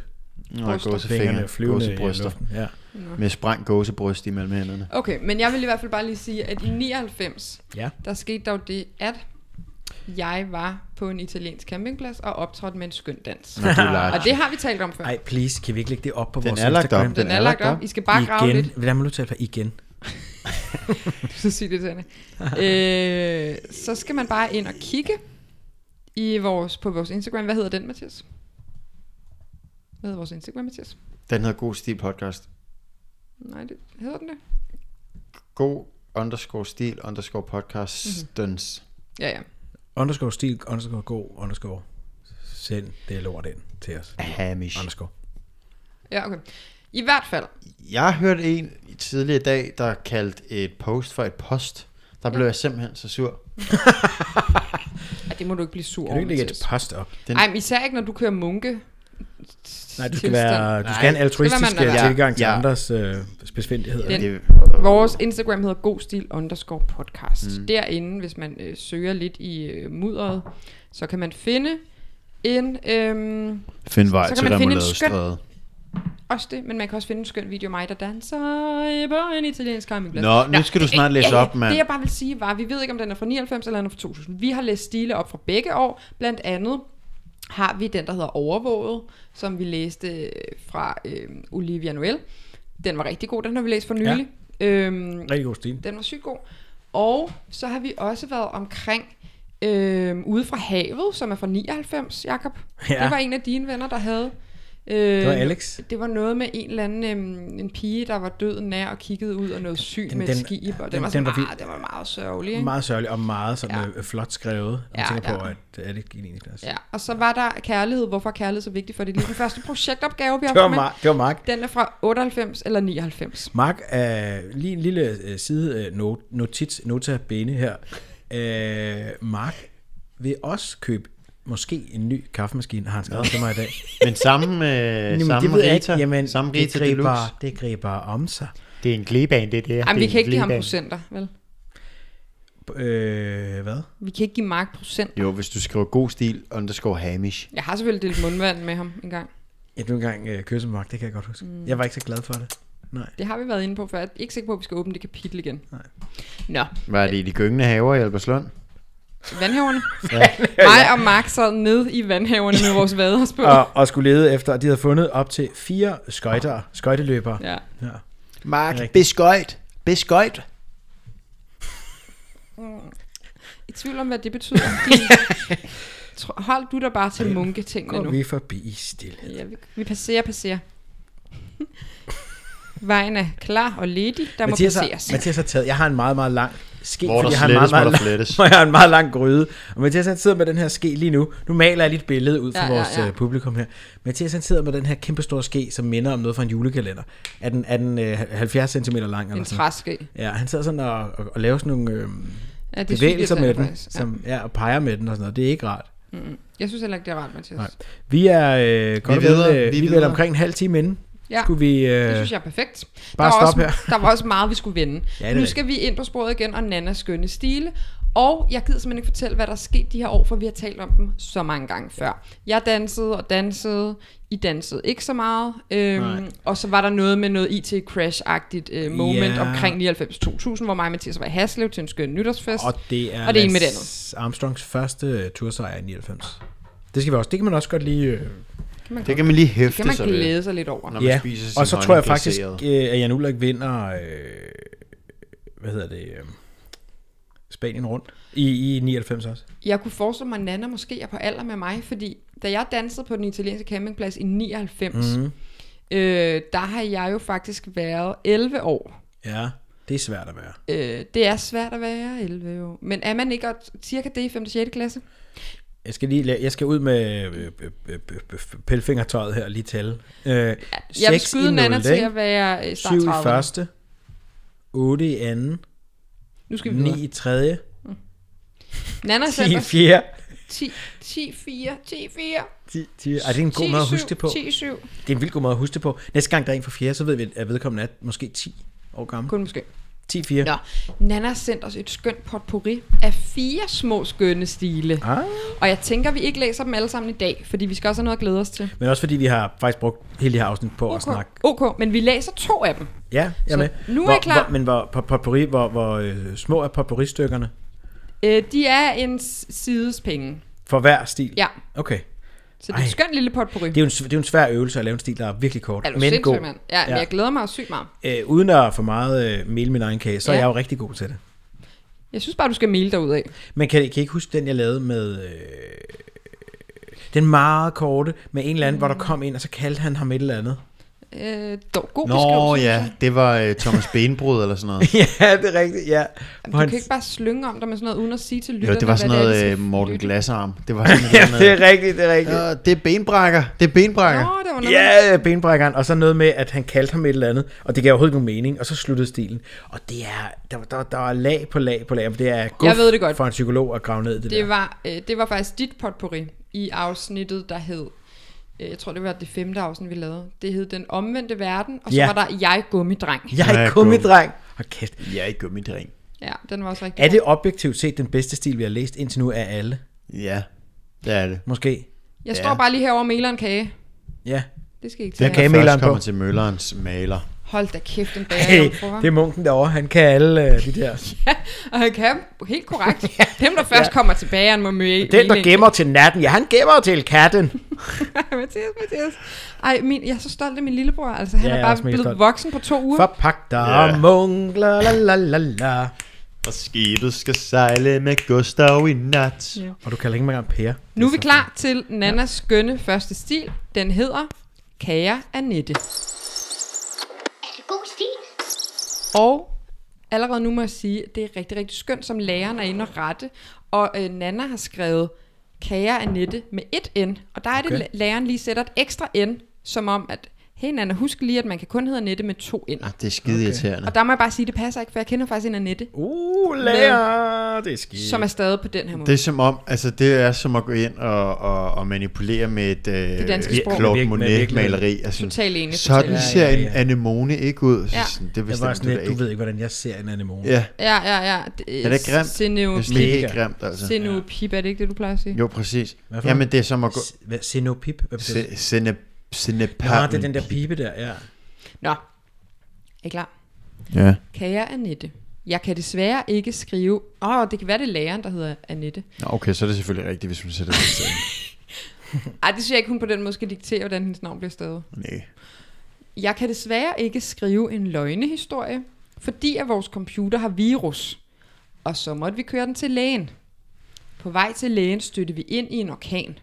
Nå,
fingrene
gåsefingerne,
flyvende i
gåsebryster.
luften. Ja.
Med sprængt gåsebryst imellem hænderne.
Okay, men jeg vil i hvert fald bare lige sige, at i 99,
ja.
der skete dog det, at jeg var på en italiensk campingplads og optrådte med en skøn dans.
Når du leger.
Og det har vi talt om før.
Ej, please, kan vi ikke lægge det op på
Den
vores
er lagt
Instagram?
op.
Den er lagt op. I skal bare grave
igen.
lidt.
Lad mig nu tale for igen.
så sygt irriterende. øh, så skal man bare ind og kigge i vores, på vores Instagram. Hvad hedder den, Mathias? Hvad hedder vores Instagram, Mathias?
Den hedder God Stil Podcast.
Nej, det hedder den det.
God underscore stil underscore podcastens.
Ja, ja.
Underscore stil, underscore gå, underscore send det lort ind til os.
Hamish.
Underscore.
Ja, okay. I hvert fald.
Jeg hørte en tidligere i dag, der kaldte et post for et post. Der blev jeg simpelthen så sur.
Ja, det må du ikke blive sur
Kan du
over,
ikke lægge et
Mathias.
post op?
Den-
Ej, men især ikke, når du kører munke.
Nej, du skal,
tilstand.
være, du skal have en altruistisk
man
øh,
er.
Ja,
tilgang til
ja.
andres øh, spidsfindigheder.
Den-
ikke?
Det,
Vores Instagram hedder godstil underscore podcast. Mm. Derinde, hvis man øh, søger lidt i øh, mudderet, så kan man finde en... Øh,
find vej
Så kan
til
man finde en skøn-
remoulade
Også det, men man kan også finde en skøn video af mig, der danser på en italiensk campingplads.
Nå, nu skal du snart læse op, mand.
Det jeg bare vil sige var, vi ved ikke, om den er fra 99 eller den er fra 2000. Vi har læst stile op fra begge år. Blandt andet har vi den, der hedder Overvåget, som vi læste øh, fra øh, Olivia Noel. Den var rigtig god, den har vi læst for nylig. Ja. Øhm,
Rigtig god stil.
den var sygt god. Og så har vi også været omkring øh, Ude fra havet, som er fra 99, Jakob. Ja.
Ja.
Det var en af dine venner, der havde. Øh, det
var Alex.
Det var noget med en eller anden øhm, en pige, der var død nær og kiggede ud og noget syg
Den-
med et
den-
skib. Og den,
den-
var sådan,
den var vild.
ah, den var meget sørgelig. Ikke?
Meget sørgelig og meget sådan
Ja.
ja. flot skrevet. Jeg
Ja,
tænker på,
ja.
at det er lidt genisk. Altså.
Ja, og så var der kærlighed. Hvorfor er kærlighed så vigtig for dit liv? Den første projektopgave, vi har
Det, var
fået med,
Mark, det var Mark.
den er fra 98 eller 99.
Mark, øh, lige en lille øh, side øh, not, notits, nota bene her. Øh, Mark vil også købe måske en ny kaffemaskine, har han skrevet til mig i dag.
Men samme, øh,
Jamen,
samme
det ved jeg
Rita,
ikke. Jamen,
samme
det,
Rita Deluxe.
griber, det griber om sig.
Det er en glebane, det der.
Jamen, vi kan ikke give ham
glidebane.
procenter, vel?
Øh, hvad?
Vi kan ikke give Mark procent.
Jo, hvis du skriver god stil, underscore hamish.
Jeg har selvfølgelig delt mundvand med ham en gang.
Jeg du engang øh, kysse Mark, det kan jeg godt huske. Mm. Jeg var ikke så glad for det. Nej.
Det har vi været inde på før. Jeg er ikke sikker på, at vi skal åbne det kapitel igen. Nej. Nå,
Hvad er det i de gyngende haver i Albertslund?
vandhaverne. ja. Mig og Mark sad ned i vandhaverne med vores vaders på.
Og, og skulle lede efter, at de havde fundet op til fire skøjter, skøjteløbere.
Ja.
Ja.
Mark,
Rigtigt.
beskøjt. Beskøjt.
I tvivl om, hvad det betyder. Tro- Hold du dig bare til munketingene
Går
nu.
vi forbi i stillhed.
Ja, vi, vi passerer, passerer. Vejen er klar og ledig. Der må
Mathias
passeres.
har, Mathias har taget, jeg har en meget, meget lang ske,
Hvor der
jeg har en meget,
slettes, hvor
meget,
der
lang,
flettes.
hvor jeg har en meget lang gryde. Og Mathias han sidder med den her ske lige nu. Nu maler jeg lidt billede ud for
Ja,
ja,
ja,
vores
ja.
ja, ja. publikum her. Mathias han sidder med den her kæmpe store ske, som minder om noget fra en julekalender. Er den, er den øh, 70 cm lang? Eller
en
sådan. noget.
træske.
Ja, han sidder sådan og, og, og laver sådan nogle øh,
Ja, det er
bevægelser
sygt,
med den,
faktisk.
som, ja, og peger med den og sådan noget. Det er ikke rart.
Jeg synes heller ikke, det er rart, Mathias.
Nej. Vi er øh, godt
Vi er videre,
ved, øh,
vi er
vi er vel
videre.
omkring en halv time inden.
Ja.
Skulle vi, øh,
Det synes jeg er perfekt.
Bare
der, var
stop
også, der var også meget, vi skulle vende.
Ja, det er
nu skal vi ind på sporet igen, og Nannas skønne stile. Og jeg gider simpelthen ikke fortælle, hvad der er sket de her år, for vi har talt om dem så mange gange før. Jeg dansede og dansede. I dansede ikke så meget. Øhm,
Nej.
og så var der noget med noget IT-crash-agtigt øh, moment
Ja.
omkring 99.000, hvor mig og Mathias var i Haslev til en skøn nytårsfest.
Og det er,
Og det er en med det
Lance Armstrongs første øh, tursejr i 99. Det skal vi også. Det kan man også godt lige... Øh,
kan man,
Det kan man lige hæfte
kan man
sig ved.
glæde sig lidt over.
Nå. man
ja.
spiser sin
Og så tror jeg faktisk,
højneglaseret.
øh, at Jan Ulrik vinder... Øh, hvad hedder det? Øh, Spanien rundt. I, i 99 også.
Jeg kunne forestille mig, at Nana måske er på alder med mig, fordi da jeg dansede på den italienske campingplads i 99,
Mhm.
mm. øh, der har jeg jo faktisk været 11 år.
Ja, det er svært at være.
Øh, det er svært at være 11 år. Men er man ikke godt cirka det i 5. og 6. klasse?
Jeg skal, lige, la- jeg skal ud med øh, øh, øh, øh, øh, pelfingertøjet her og lige tælle. Øh, jeg
Jeg vil skyde Nana til at være øh,
7
start
i
30.
første, 8 i anden,
Nu skal vi Altså,
9
videre.
i tredje,
Nana
10 i
selv
fjerde.
10, 10, 4, 10, 4,
10, 10. Ej, det er en god
10,
måde at
7,
huske det på.
10, 7.
Det er en vildt god måde at huske det på. Næste gang der er en for fjerde, så ved vi, at vedkommende er måske 10 år gammel.
Kun måske.
10-4.
Nå, Nana har sendt os et skønt potpourri af fire små skønne stile.
Ah.
Og jeg tænker, vi ikke læser dem alle sammen i dag, fordi vi skal også have noget at glæde os til.
Men også fordi vi har faktisk brugt hele det her afsnit på okay. at snakke.
okay, men vi læser to af dem.
Ja, jeg er med.
nu er
hvor,
jeg klar.
Hvor, men hvor, på potpourri, hvor, hvor øh, små er potpourri-stykkerne
Øh, de er en s- sides penge.
for hver stil?
Ja,
Okay.
så det er
Ej.
et skønt lille potpourri.
Det er, jo en, sv- det er jo en svær øvelse at lave en stil, der er virkelig kort,
er du
men god.
sindssyg, mand? Ja, men
Ja.
jeg glæder mig sygt meget.
Øh, uden at for meget øh, mel min egen kage, så ja. er
Ja.
jeg jo rigtig god til det.
Jeg synes bare, du skal male dig ud af.
Men kan, kan I ikke huske den, jeg lavede med... Øh, den meget korte, med en eller anden, mm. hvor der kom ind, og så kaldte han ham et eller andet.
Øh, dog, god
Nå
beskrivelse. synes
ja,
jeg.
det var øh, Thomas Benbrud eller sådan noget.
ja, det er rigtigt, ja. Hvor
Du
han,
kan ikke bare slynge om dig med sådan noget, uden at sige til
Jo,
lytterne,
det var sådan
hvad
noget
det er, de
øh,
skal
Morten
lytte.
Glassarm. Det var sådan
ja,
noget
det
med,
er rigtigt, det er rigtigt.
"Nå, det er benbrækker. Det er benbrækker.
Nå, det var noget med-
Ja, benbrækkeren, og så noget med, at han kaldte ham et eller andet, og det gav overhovedet ikke nogen mening, og så sluttede stilen. Og det er, der, der, der er lag på lag på lag, for det er guf
Jeg ved det godt.
for en psykolog at grave ned i det, det der.
Det var, øh, det var faktisk dit potpourri i afsnittet, der hed, øh, jeg tror det var det femte afsnit, vi lavede. Det hed Den omvendte verden, og så var
Ja.
der Jeg gummidreng.
Jeg er
Ja,
ikke gummidreng. Hold kæft.
Jeg er ikke gummidreng.
Ja, den var også rigtig
Er det objektivt set den bedste stil, vi har læst indtil nu af alle?
Ja, det er det.
Måske.
god. Jeg
ja.
står bare lige herovre og maler en kage.
Ja.
Det skal ikke
Den
tage.
Den,
kan-
af.
der
kagemaleren
først
på.
kommer til Møllerens maler.
Hold da kæft, den bager
Hey,
hey,
det er munken derovre, han kan alle øh, de der.
Og han kan, helt korrekt. Dem, der først kommer tilbage, han må møde
Den, der gemmer til natten, ja, han gemmer til katten.
Uh. Mathias, Mathias. Ej, min, jeg er så stolt af min lillebror. Altså, han ja,
Ja,
er
jeg er
bare
også mega
blevet
stolt.
stolt. voksen på to uger.
Forpak der
Ja.
yeah. munk, la la la la la.
Og skibet skal sejle med Gustav i nat.
Ja.
Og du kalder ikke engang Per.
Nu er vi klar til Nannas skønne første stil. Den hedder Kære Annette.
Er det god stil?
Og allerede nu må jeg sige, at det er rigtig, rigtig skønt, som læreren er inde og rette. Og øh, Nana har skrevet Kære Annette med et N. Og der er det,
Okay.
okay. læreren lige sætter et ekstra N, som om, at hey Nana, husk lige, at man kan kun hedde Annette med to N'er.
Ah, det er skide okay. irriterende.
Og der må jeg bare sige, at det passer ikke, for jeg kender faktisk en Annette,
Uh, lærer, det er skidt.
som er stadig på den her måde.
Det er som om, altså det er som at gå ind og, og, og manipulere med et øh,
danske sprog.
Claude
Med virke- med
Monet-maleri.
virkeligheden.
Altså,
Totalt enig,
Sådan
totalt
ser
enig.
en anemone ikke ud. Så
Ja.
sådan, det
Jeg var
bestemte
sådan
du da
lidt, du
ikke.
ved ikke, hvordan jeg ser en anemone.
Ja,
Ja, ja, ja. Det,
er det grimt?
Sineo,
Det er mega
Mega.
grimt, altså.
Sineo pip, er det ikke det, du plejer at sige?
Jo, præcis.
Hvad for
Jamen,
noget?
det er som at gå...
S- Hvad, Sinopip? Hvad betyder det?
se- Sende... Sende
Nå, det er den der pipe der, ja.
Nå, er I klar?
Ja.
Kære Annette, jeg kan desværre ikke skrive... Åh, oh, det kan være, det er læreren, der hedder Annette.
Nå, okay, så er det selvfølgelig rigtigt, hvis man sætter det sådan.
Ej, det synes jeg ikke, hun på den måde skal diktere, hvordan hendes navn bliver stavet.
Nej.
Jeg kan desværre ikke skrive en løgnehistorie, fordi at vores computer har virus. Og så måtte vi køre den til lægen. På vej til lægen stødte vi ind i en orkan.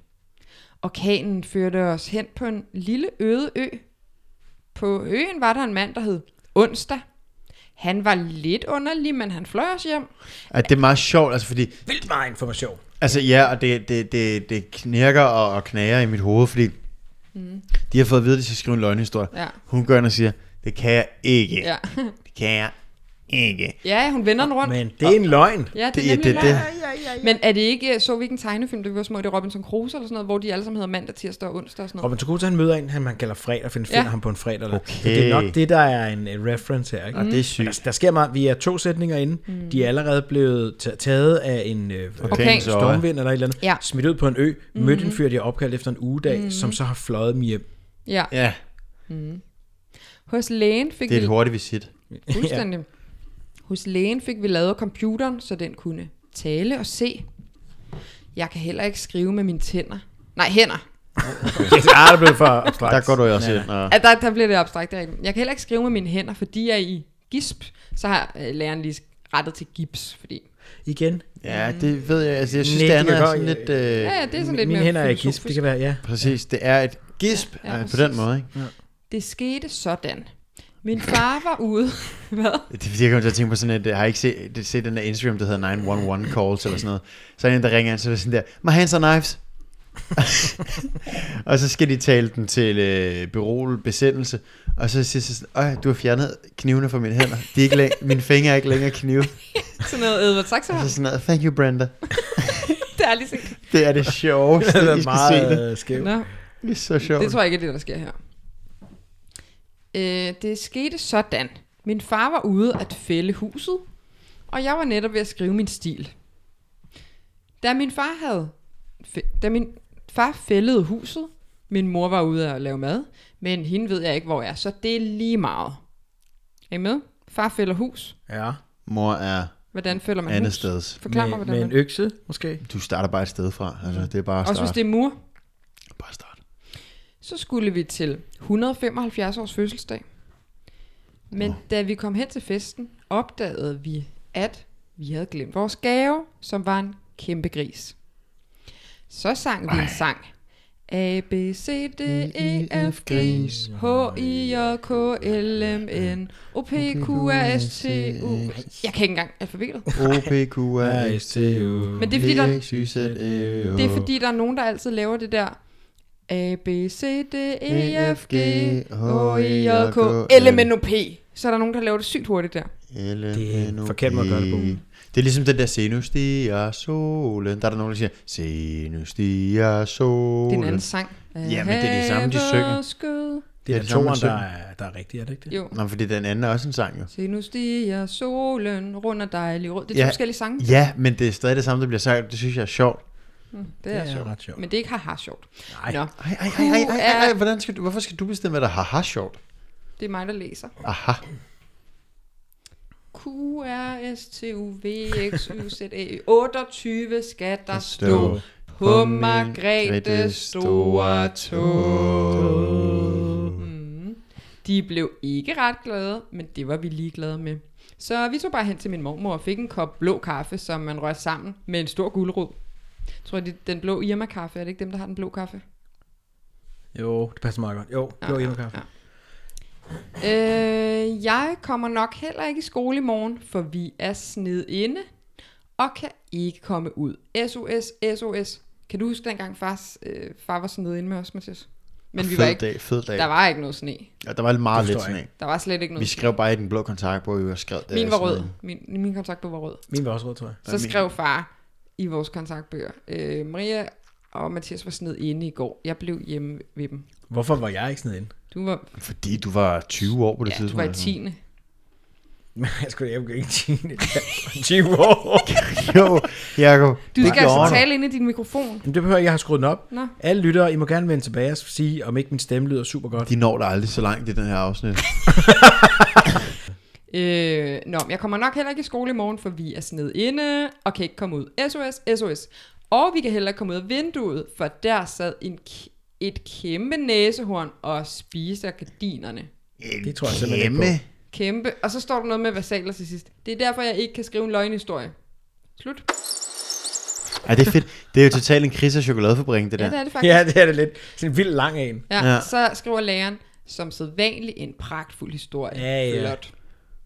Orkanen førte os hen på en lille øde ø. På øen var der en mand, der hed Onsdag. Han var lidt underlig, men han fløj os hjem.
At det er meget sjovt, altså fordi...
Vildt meget information.
Altså ja, og det, det, det, det knirker og, og knager i mit hoved, fordi mm. de har fået at vide, at de skal skrive en løgnhistorie.
Ja.
Hun går ind og siger, det kan jeg ikke.
Ja,
Det kan jeg ikke.
ja hun vender den rundt.
Men det er
Ah.
en løgn.
Ja, det,
Det,
er
det, det,
nemlig
det.
det. Men er det ikke, så vi ikke en tegnefilm, da vi var små, det er Robinson Crusoe eller sådan noget, hvor de alle sammen hedder mandag, tirsdag og onsdag og sådan noget.
Robin Tokuta, han møder en, han man kalder fredag, finder,
Ja.
finder ham på en fredag. Eller.
Okay.
Så det er nok det, der er en øh, reference her. Ikke?
Mm.
Og det er
Men der,
sygt.
der sker meget. Vi er to sætninger inde. Mm. De er allerede blevet ta- taget af en øh,
Okay.
øh, stormvind eller et eller andet.
Ja.
Smidt ud på en ø. Mm. Mødt en fyr, de har opkaldt efter en ugedag, mm. som så har fløjet dem hjem.
Ja.
Ja,
Hos lægen fik
det er
vi...
et hurtigt visit.
Fuldstændig. Hos lægen fik vi lavet computeren, så den kunne tale og se. Jeg kan heller ikke skrive med mine tænder. Nej, hænder.
Yes, ah, det blev for abstrakt.
Der går du jo også ind. Og,
Ja, der, der bliver det abstrakt. Der. er ikke- Jeg kan heller ikke skrive med mine hænder, fordi jeg er i gisp. Så har øh, læreren lige rettet til gips, fordi...
igen.
Ja, det ved jeg. Altså, jeg synes,
Næ,
det
det
andet
kan
er
godt-
sådan lidt... Øh,
Mm. Ja, ja, det er sådan lidt
Mine
mere
hænder er i
filosofisk.
gisp, det kan være, ja.
Præcis, det er et gisp
Ja, ja,
ja, på
præcis.
den måde, ikke?
Det skete sådan. Min far var ude. Hvad?
Det er fordi, jeg kommer til at tænke på sådan et, jeg har ikke set, det, set den der Instagram, der hedder 911 calls eller sådan noget. Så er der en, der ringer ind, så er det sådan der, my hands are knives. og så skal de tale den til øh, byrol besættelse, og så siger så sådan, Øj, du har fjernet knivene fra mine hænder. De er ikke læ- mine fingre er ikke længere knive.
Sådan noget Edward Saxon.
Og
Altså-
så sådan noget, thank you Brenda.
Det er lige sådan.
Det er det sjoveste,
Det
I skal
er
se det.
meget øh, skævt.
Nå,
Det er så sjovt.
det tror jeg ikke er det, der sker her. Øh, det skete sådan. Min far var ude at fælde huset, og jeg var netop ved at skrive min stil. Da min far havde... fæ- Da min far fældede huset, min mor var ude at lave mad, men hende ved jeg ikke, hvor er, så det er lige meget. Er I med? Far fælder hus.
Ja.
Mor er
Hvordan fælder man
andet
hus?
steds.
Forklar mig,
med,
hvordan
med
man...
en økse, måske.
Du starter bare et sted fra. Altså, det er bare at
Også hvis
starte.
det er mur.
Bare start.
Så skulle vi til 175 års fødselsdag. Men da vi kom hen til festen, opdagede vi, at vi havde glemt vores gave, som var en kæmpe gris. Så sang vi en sang. A, B, C, D, E, F, G, H, I, J, K, L, M, N, O, P, Q, R, S, T, U. Jeg kan ikke engang alfabetet.
OPQR,
Men
Men det er fordi, der,
E
Det
Det
er fordi, der er nogen, der altid laver det der A, B, C, D, E, F, G, H, I, J, K, L, M, N, O, P. Så er der nogen, der laver det sygt hurtigt der.
Det er en forkert måde at gøre det på.
Det er ligesom den der Senus stiger solen. Der er der nogen, der siger, Senus stiger
Det er en
solen.
anden sang.
Jamen, det er det samme, de synger.
Skud.
Det
Ja,
er
det
den
samme, man
toren, der
synger.
er, der er rigtig, er det ikke det?
Jo.
Nå, fordi den anden er også en sang, jo.
Se, nu stiger solen rundt og dejlig rød. Det er to
Ja.
forskellige sange.
Ja, men det er stadig det samme, der bliver sagt. Det synes jeg er sjovt.
Det er,
Det er
sjovt.
ret sjovt.
Men det er ikke haha sjovt.
Nej.
Nå,
Ej, ej, ej, ej, ej, ej, ej. Hvordan skal du, hvorfor skal du bestemme, hvad der er haha sjovt?
det er mig, der læser.
Aha.
Q, R, S, T, U, V, X, Y, Z, E. 28 skal der stå på Margrethes store tog. Mm. De blev ikke ret glade, men det var vi ligeglade med. Så vi tog bare hen til min mormor og fik en kop blå kaffe, som man rørte sammen med en stor gulerod. Jeg tror, det er den blå Irma-kaffe. Er det ikke dem, der har den blå kaffe?
Jo, det passer meget godt. Jo, blå ja, kaffe. Ja.
Øh, jeg kommer nok heller ikke i skole i morgen, for vi er sned inde og kan ikke komme ud. SOS, SOS. Kan du huske dengang fars, øh, far var sned inde med os, Mathias? Men vi
fed
var ikke,
dag, fed dag.
der var ikke noget sne.
ja, der var meget
Det
lidt
forstår
sådan
jeg
af.
Der var slet ikke
Vi
noget. sne.
skrev bare i den blå kontakt, hvor vi var skrevet. øh,
Min var
sådan
rød.
noget.
Min, min kontaktbog var rød.
Min var også rød, tror jeg.
Så skrev far i vores kontaktbøger. Øh, Maria og Mathias var sned inde i går. Jeg blev hjemme ved dem.
Hvorfor var jeg ikke sådan en?
Du var,
Fordi du var 20 år på det
ja,
tidspunkt.
du var i
eller sådan
10.
Jeg skulle jeg blev ikke tjene 20 år.
noget. jo, Jacob.
Du
det
skal altså
gjorde du.
tale ind i din mikrofon.
Men det behøver jeg, jeg har skruet den op.
Nå.
Alle lyttere, I må gerne vende tilbage og sige, om ikke min stemme lyder super godt.
De når da aldrig så langt i den her afsnit.
Øh, nå, men jeg kommer nok heller ikke i skole i morgen, for vi er sned inde og kan ikke komme ud. SOS, SOS. Og vi kan heller ikke komme ud af vinduet, for der sad en k- et kæmpe næsehorn og spiste af gardinerne.
Det tror jeg simpelthen ikke på.
Kæmpe. Og så står der noget med versaler til sidst. Det er derfor, jeg ikke kan skrive en løgnhistorie. Slut.
Ja, det er fedt. Det er jo totalt en kris af chokoladefabrikken, det
Ja,
der.
det er det faktisk.
Ja, det er det lidt. Sådan en vild lang en.
Ja,
Ja.
Så skriver læreren, som sædvanlig en pragtfuld historie.
Ja, ja.
Flot.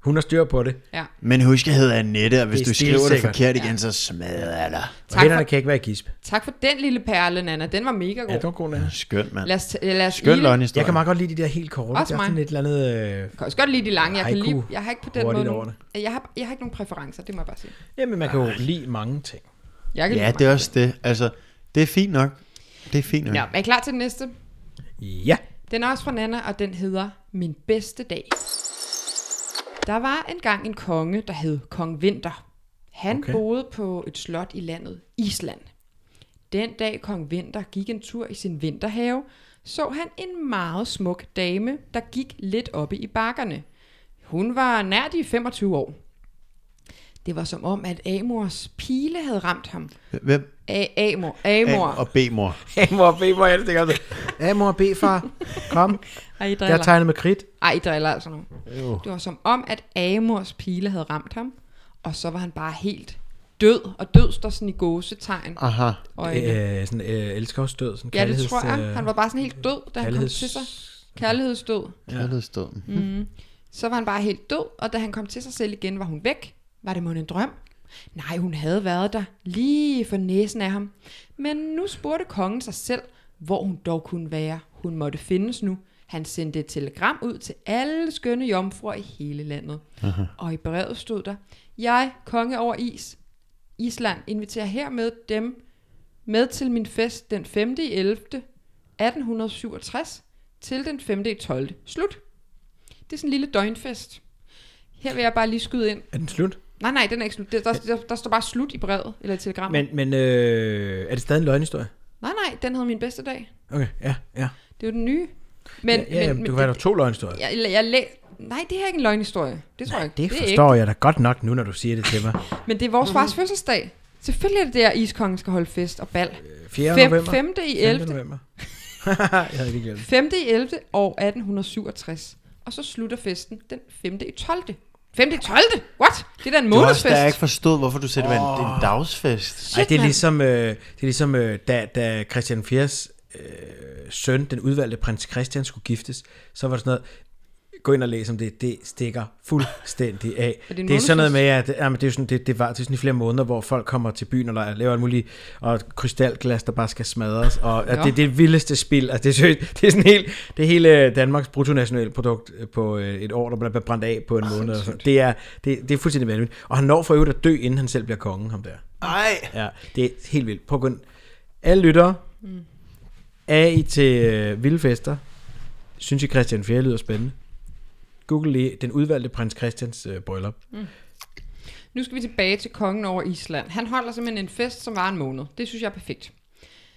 Hun har styr på det.
Ja.
Men husk, jeg hedder Annette, og hvis
Det
du
er
skriver det
stilsikkert.
forkert igen, så smadrer jeg dig.
Og
Tak
hænderne
for-
kan ikke være i gisp.
Tak for den lille perle, Nana. Den var mega god.
Ja, det var god, den her.
Skønt, mand.
Lad os, lad os
Skøn
ile-
løgnhistorie.
Jeg kan meget godt lide de der helt korte.
Også
der er
mig.
sådan et eller andet... Øh...
Jeg kan også godt lide de lange. Jeg, kan
Haiku.
lide, jeg har ikke på den
Hurtigt
måde
over
nogen, jeg, har, jeg har ikke nogen præferencer, det må jeg bare sige.
Jamen, man kan jo lide mange ting.
Jeg kan
Ja, det er også det. Altså, det er fint nok. Det er fint nok.
Ja, er I klar til den næste?
Ja.
Den er også fra Nana, og den hedder Min bedste dag. Der var engang en konge, der hed Kong Vinter. Han okay.
Okay.
boede på et slot i landet Island. Den dag Kong Vinter gik en tur i sin vinterhave, så han en meget smuk dame, der gik lidt oppe i bakkerne. Hun var nær de 25 år. Det var som om, at Amors pile havde ramt ham.
Hvem?
A- Amor,
A
Amor.
og B-mor.
A, mor, B, mor, jeg det godt. A, mor, B, far. Kom.
Ej, I driller.
Jeg tegner med kridt.
Ej, I driller altså nu. Det var som om, at Amors pile havde ramt ham, og så var han bare helt død, og død står sådan i gåsetegn.
Aha.
Og, øh,
Ah, Øh, sådan øh, elskovsdød, sådan
ja, det
kærligheds,
tror jeg.
øh,
Han var bare sådan helt død, da han kom
kærligheds-
til sig. Kærlighedsdød. Mm.
Kærlighedsdøden.
Så var han bare helt død, og da han kom til sig selv igen, var hun væk. Var det mon en drøm? Nej, hun havde været der, lige for næsen af ham. Men nu spurgte kongen sig selv, hvor hun dog kunne være. Hun måtte findes nu. Han sendte et telegram ud til alle skønne jomfruer i hele landet. Aha. Og i brevet stod der, Jeg, konge over is, Island, inviterer hermed dem med til min fest den 5. 11. 1867 til den 5. 12. Slut. Det er sådan en lille døgnfest. Her vil jeg bare lige skyde ind.
Er den slut?
Nej, nej, den er ikke slut. Der, der, der, der står bare slut i brevet, eller i telegrammet.
Men, men øh, er det stadig en løgnhistorie?
Nej, nej, den hed min bedste dag.
Okay, ja, ja.
Det er jo den nye. Men,
ja, ja,
men,
men,
men
du kan være der to løgnhistorier.
jeg, jeg, jeg læ... Nej, det her er ikke en løgnhistorie. Det tror jeg ikke.
Det
er
forstår jeg da godt nok nu, når du siger det til mig.
Ikke. Men det er vores fars fødselsdag. Selvfølgelig er det der, iskongen skal holde fest og bal.
4.
Fem-
november.
femte i
5.
11.
november. jeg havde ikke glemt. det.
5. i 11. år 1867. Og så slutter festen den 5. i 12. 5. i 12. What? Det er da en
Det var også,
månedsfest.
da jeg ikke forstod, hvorfor du sagde, det var en, det er en dagsfest.
Ej, det er
mand.
ligesom, øh, det er ligesom øh, da, da Christian IV's øh, søn, den udvalgte prins Christian, skulle giftes, så var det sådan noget, gå ind og læs om det, det stikker fuldstændig af.
det en
det, er
månedsfest?
sådan noget med, at ja, men det, er jo sådan, det, det var det er sådan i flere måneder, hvor folk kommer til byen og leger- laver alt muligt, og et krystalglas, der bare skal smadres, og at
Nå.
det, det er det vildeste spil, altså det, er, seriøst- det er sådan helt, det er hele øh, Danmarks bruttonationalprodukt øh, på øh, et år, der bliver brændt af på en måned. Og sådan. Det, er, det, det er fuldstændig vanvittigt. Og han når for øvrigt at dø, inden han selv bliver konge, ham der.
Ej.
Ja, det er helt vildt. Prøv at gå ind. Alle lyttere, mm. er I til øh, vilde fester? Synes I Christian 4 lyder spændende? Google lige den udvalgte prins Christians øh, bryllup.
Nu skal vi tilbage til kongen over Island. Han holder simpelthen en fest, som var en måned. Det synes jeg er perfekt.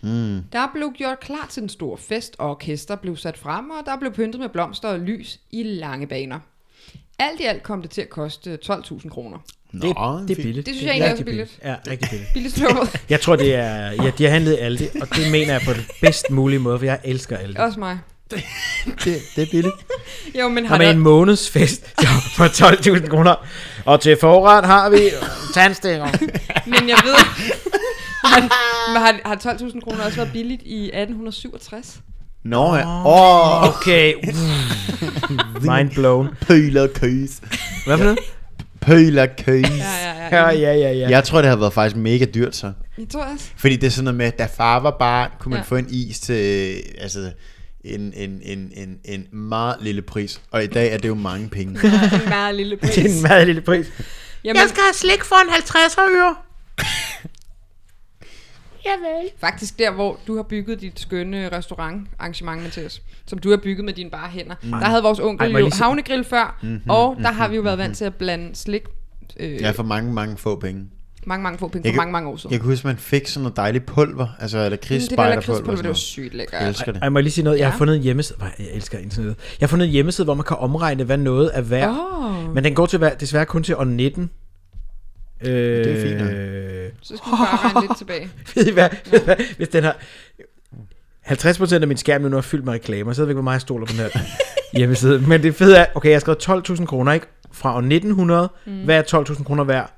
Mm. Der blev gjort klar til den store fest, og orkester blev sat frem, og der blev pyntet med blomster og lys i lange baner. Alt i alt kom det til at koste 12.000 kroner.
Nå,
det, det er billigt.
Det synes jeg egentlig er
rigtig
billigt.
Ja, rigtig billigt.
Billigst lovet.
Jeg tror, det er, ja, de har handlet alt det, og det mener jeg på den bedst mulige måde, for jeg elsker alt det.
Også mig.
Det, det er billigt.
Jo, men
Har
har
man en
der...
månedsfest for 12.000 kroner. Og til forret har vi tandstikker.
Men jeg ved... har, men har, har 12.000 kroner også været billigt i 1867?
Nå ja. Åh, oh,
Okay. Uh, mind blown.
pøl og køs.
Hvad for noget?
Pøl og køs.
Ja, ja, ja.
Ja, ja, ja, ja.
Jeg tror, det har været faktisk mega dyrt så.
Jeg tror også.
Fordi det er sådan noget med, at da far var barn, kunne man
Ja.
ja. få en is til altså, en, en, en, en, en meget lille pris. Og i dag er det jo mange penge.
Det er en meget lille pris.
Til en meget lille pris.
Jamen, jeg skal...
have slik for en 50 øre.
Javel.
Faktisk der, hvor du har bygget dit skønne restaurantarrangement, Mathias, som du har bygget med dine bare hænder. Mm. Der havde vores
Ej,
onkel
må
Ej,
jeg
jo
lige se- Mhm.
havnegrill før, mm-hmm, og der har vi jo været vant til at blande slik øh,
Ja,
ja.
for mange, mange få penge.
mange, mange få penge
Jeg
for
kan-
mange, mange år siden.
Jeg kan huske, man fik sådan noget dejligt pulver. Altså, eller
Mm, det der
krigsspejderpulver.
lakridspulver, det var sygt
Jeg
lækkert.
elsker det.
Ej, må jeg lige sige noget? Jeg har
Ja.
fundet en hjemmeside. Ej, Jeg elsker internettet. Jeg har fundet en hjemmeside, hvor man kan omregne, hvad noget er værd.
Åh,
Men den går til, hver- desværre kun til år 19. Øh, det
er fint nok.
Øh,
så skal vi bare regne lidt tilbage.
ved I hvad? Ved I hvad? Hvis den har... 50% af min skærm nu er fyldt med reklamer, så ved jeg ikke, hvor meget jeg stoler på den her hjemmeside. Men det fede er, okay, jeg har skrevet 12.000 kroner, ikke? Fra år 1900. Mm. Hvad er 12.000 kroner værd?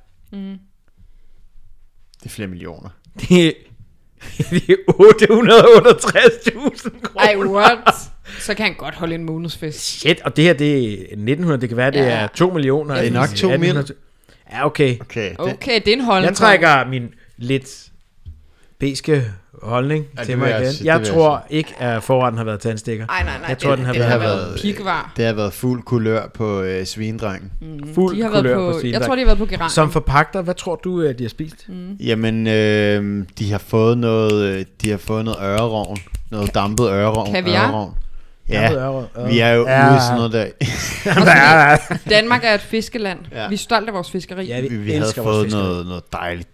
Det er flere millioner.
Det er, det er 868.000 kroner.
Ej, what? Så kan han godt holde en månedsfest.
Shit, og det her, det er 1900, det kan være, det
Ja.
er 2 millioner.
Det er nok 2 mil.
1800. Ja, okay.
Okay, det,
Okay, det er en holdning.
Jeg trækker min lidt beske holdning
det
til
vil
mig
jeg
igen.
sige, det
Jeg
vil jeg
tror ikke, at forretten har været tandstikker.
Ej, nej, nej.
Jeg tror, den har
det,
været- øh,
har
Det har
været
været-
pikvar.
det har været fuld kulør på øh, svindrengen. Mm.
Fuld
De har været
kulør
på,
på,
jeg tror, de har Mm. været på geranium.
Som forpagter, hvad tror du, øh, de har spist?
Jamen, øh, de har fået noget, øh, de har fået noget ørerovn. Noget dampet ørerovn.
Kaviar?
Ørerovn. Ja,
Dampet ørerovn.
vi er jo
Ja.
ude i sådan noget der.
Danmark er et fiskeland.
Ja.
Vi er stolte af vores fiskeri.
Ja, vi,
vi, vi
elsker
havde
vores
fået
fiskeri.
noget, noget dejligt,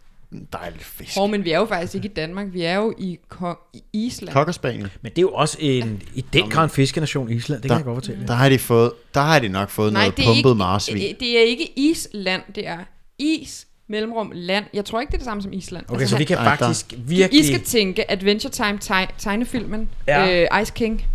dejligt fisk.
Hov, men vi er jo faktisk ikke i Danmark. Vi er jo i, Ko- i Island.
Kokkerspanien.
Men det er jo også en, i den grad en fiskenation i Island, det kan jeg godt fortælle. jer.
Der har de, fået, der har de nok fået Nej, noget
er
pumpet marsvin.
ikke, øh, det er ikke Island, det er is, mellemrum, land. Jeg tror ikke, det er det samme som Island. Altså,
Okay, så vi kan
Ej, der-
faktisk
I skal
virkelig...
tænke Adventure Time teg- tegnefilmen,
Ja.
øh, Ice King.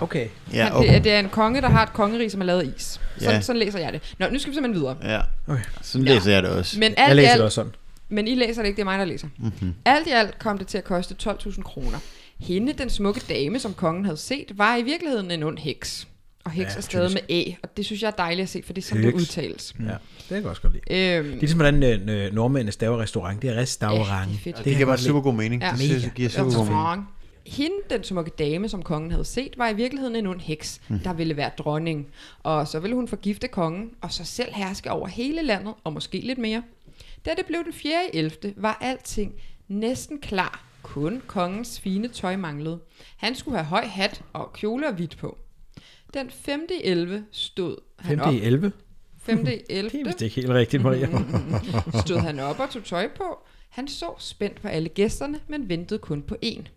Okay.
ja,
Han,
okay.
det, er, det er en konge, der har et kongerige, som er lavet af is. Sådan,
Ja.
sådan læser jeg det. Nå, nu skal vi simpelthen videre.
ja.
Okay.
Sådan læser jeg det også.
Men
Jeg
alt i
læser det
alt,
også sådan.
Men I læser det ikke, det er mig, der læser.
Mhm.
Mm-hmm. Alt i alt kom det til at koste 12.000 kroner. Hende, den smukke dame, som kongen havde set, var i virkeligheden en ond heks. Og heks ja,
Ja,
er stadig med æ, og det synes jeg er dejligt at se, for det er sådan, det
Heks.
udtales.
Ja, det kan jeg også godt lide.
Øhm,
Det er ligesom, hvordan øh, øh, nordmændene staver restaurant. Det er restaurant.
Ja, det er
det,
fedt.
det,
Det
kan jeg
giver bare
godt
super
lide.
god mening.
Ja.
Ja. Det synes, giver super god mening.
Restaurant. Hende, den smukke dame, som kongen havde set, var i virkeligheden en ond heks, mm. der ville være dronning. Og så ville hun forgifte kongen, og så selv herske over hele landet, og måske lidt mere. Da det blev den 4. 11. var alting næsten klar. Kun kongens fine tøj manglede. Han skulle have høj hat og kjole og hvidt på. Den 5. 11. stod han
5.
op.
i 11.
5. 11.
Det er vist ikke helt rigtigt, Maria.
Mm, stod han op og tog tøj på. Han så spændt på alle gæsterne, men ventede kun på en.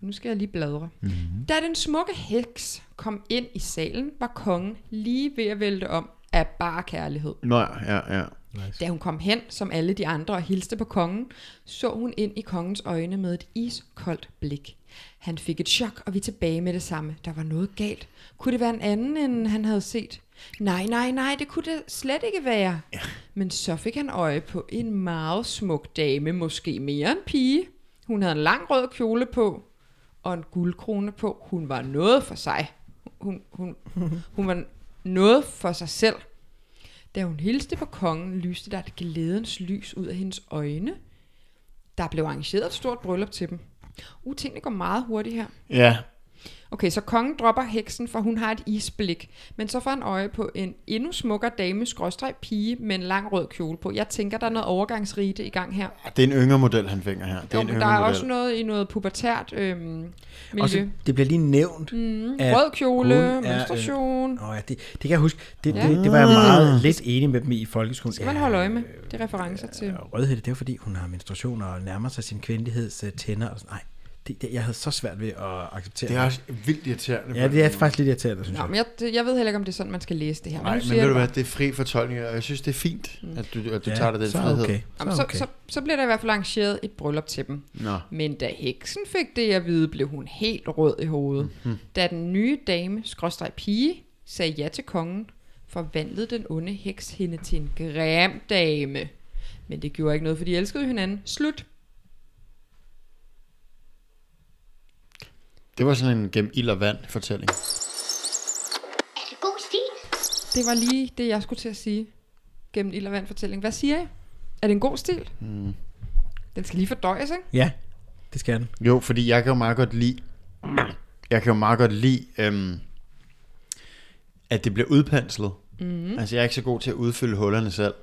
Nu skal jeg lige bladre. Mm-hmm. Da den smukke heks kom ind i salen, var kongen lige ved at vælte om af bare kærlighed.
Nå ja, ja, ja.
Da hun kom hen, som alle de andre, og hilste på kongen, så hun ind i kongens øjne med et iskoldt blik. Han fik et chok og vi tilbage med det samme. Der var noget galt. Kunne det være en anden, end han havde set? Nej, nej, nej, det kunne det slet ikke være. Ja. Men så fik han øje på en meget smuk dame, måske mere en pige. Hun havde en lang rød kjole på og en guldkrone på. Hun var noget for sig. Hun, hun, hun var noget for sig selv. Da hun hilste på kongen, lyste der et glædens lys ud af hendes øjne. Der blev arrangeret et stort bryllup til dem. Uh, tingene går meget hurtigt her.
Ja,
Okay, så kongen dropper heksen, for hun har et isblik. Men så får han øje på en endnu smukkere dame, skråstreg pige, med en lang rød kjole på. Jeg tænker, der er noget overgangsrite i gang her.
det er en yngre model, han fænger her. Det er
Jo,
en
men
yngre
der er
model.
også noget i noget pubertært øhm, miljø.
Og så, det bliver lige nævnt. Mm,
Rød kjole,
hun er, øh,
menstruation.
Nå ja, det, det kan jeg huske. Det,
Ja.
ja. det, det var jeg
Mm.
meget lidt enig med dem i i folkeskolen.
Skal man
Ja,
holde øje med? Det er referencer til.
Og Rødhætte, Øh, det var fordi, hun har menstruation og nærmer sig sin kvindeligheds øh, tænder. Og sådan. Nej, det, det, jeg havde så svært ved at acceptere
Det er også vildt irriterende.
Ja, det er faktisk lidt irriterende, synes
Nå,
jeg.
men jeg, det- jeg ved heller ikke, om det er sådan, man skal læse det her.
Nej,
nu
men
siger jeg
ved du
det
hvad, det er fri fortolkning, og jeg synes, det er fint, at du, at du tager dig den
så er
frihed.
Okay.
Jamen,
Så,
så,
er okay.
så, så blev der i hvert fald arrangeret et bryllup til dem.
Nå.
Men da heksen fik det at vide, blev hun helt rød i hovedet.
Mhm.
Mm-hmm. Da den nye dame, skråstreg pige, sagde ja til kongen, forvandlede den onde heks hende til en grim dame. Men det gjorde ikke noget, for de elskede hinanden. Slut.
Det var sådan en gennem ild og vand fortælling.
Er det god stil?
Det var lige det, jeg skulle til at sige gennem ild og vand fortælling. Hvad siger jeg? Er det en god stil? Mm.
Mhm.
Den skal lige fordøjes, ikke?
Ja, det skal den.
Jo, fordi jeg kan jo meget godt lide, jeg kan jo meget godt lide, øhm, at det bliver udpenslet. Mm-hmm. Altså, jeg er ikke så god til at udfylde hullerne selv.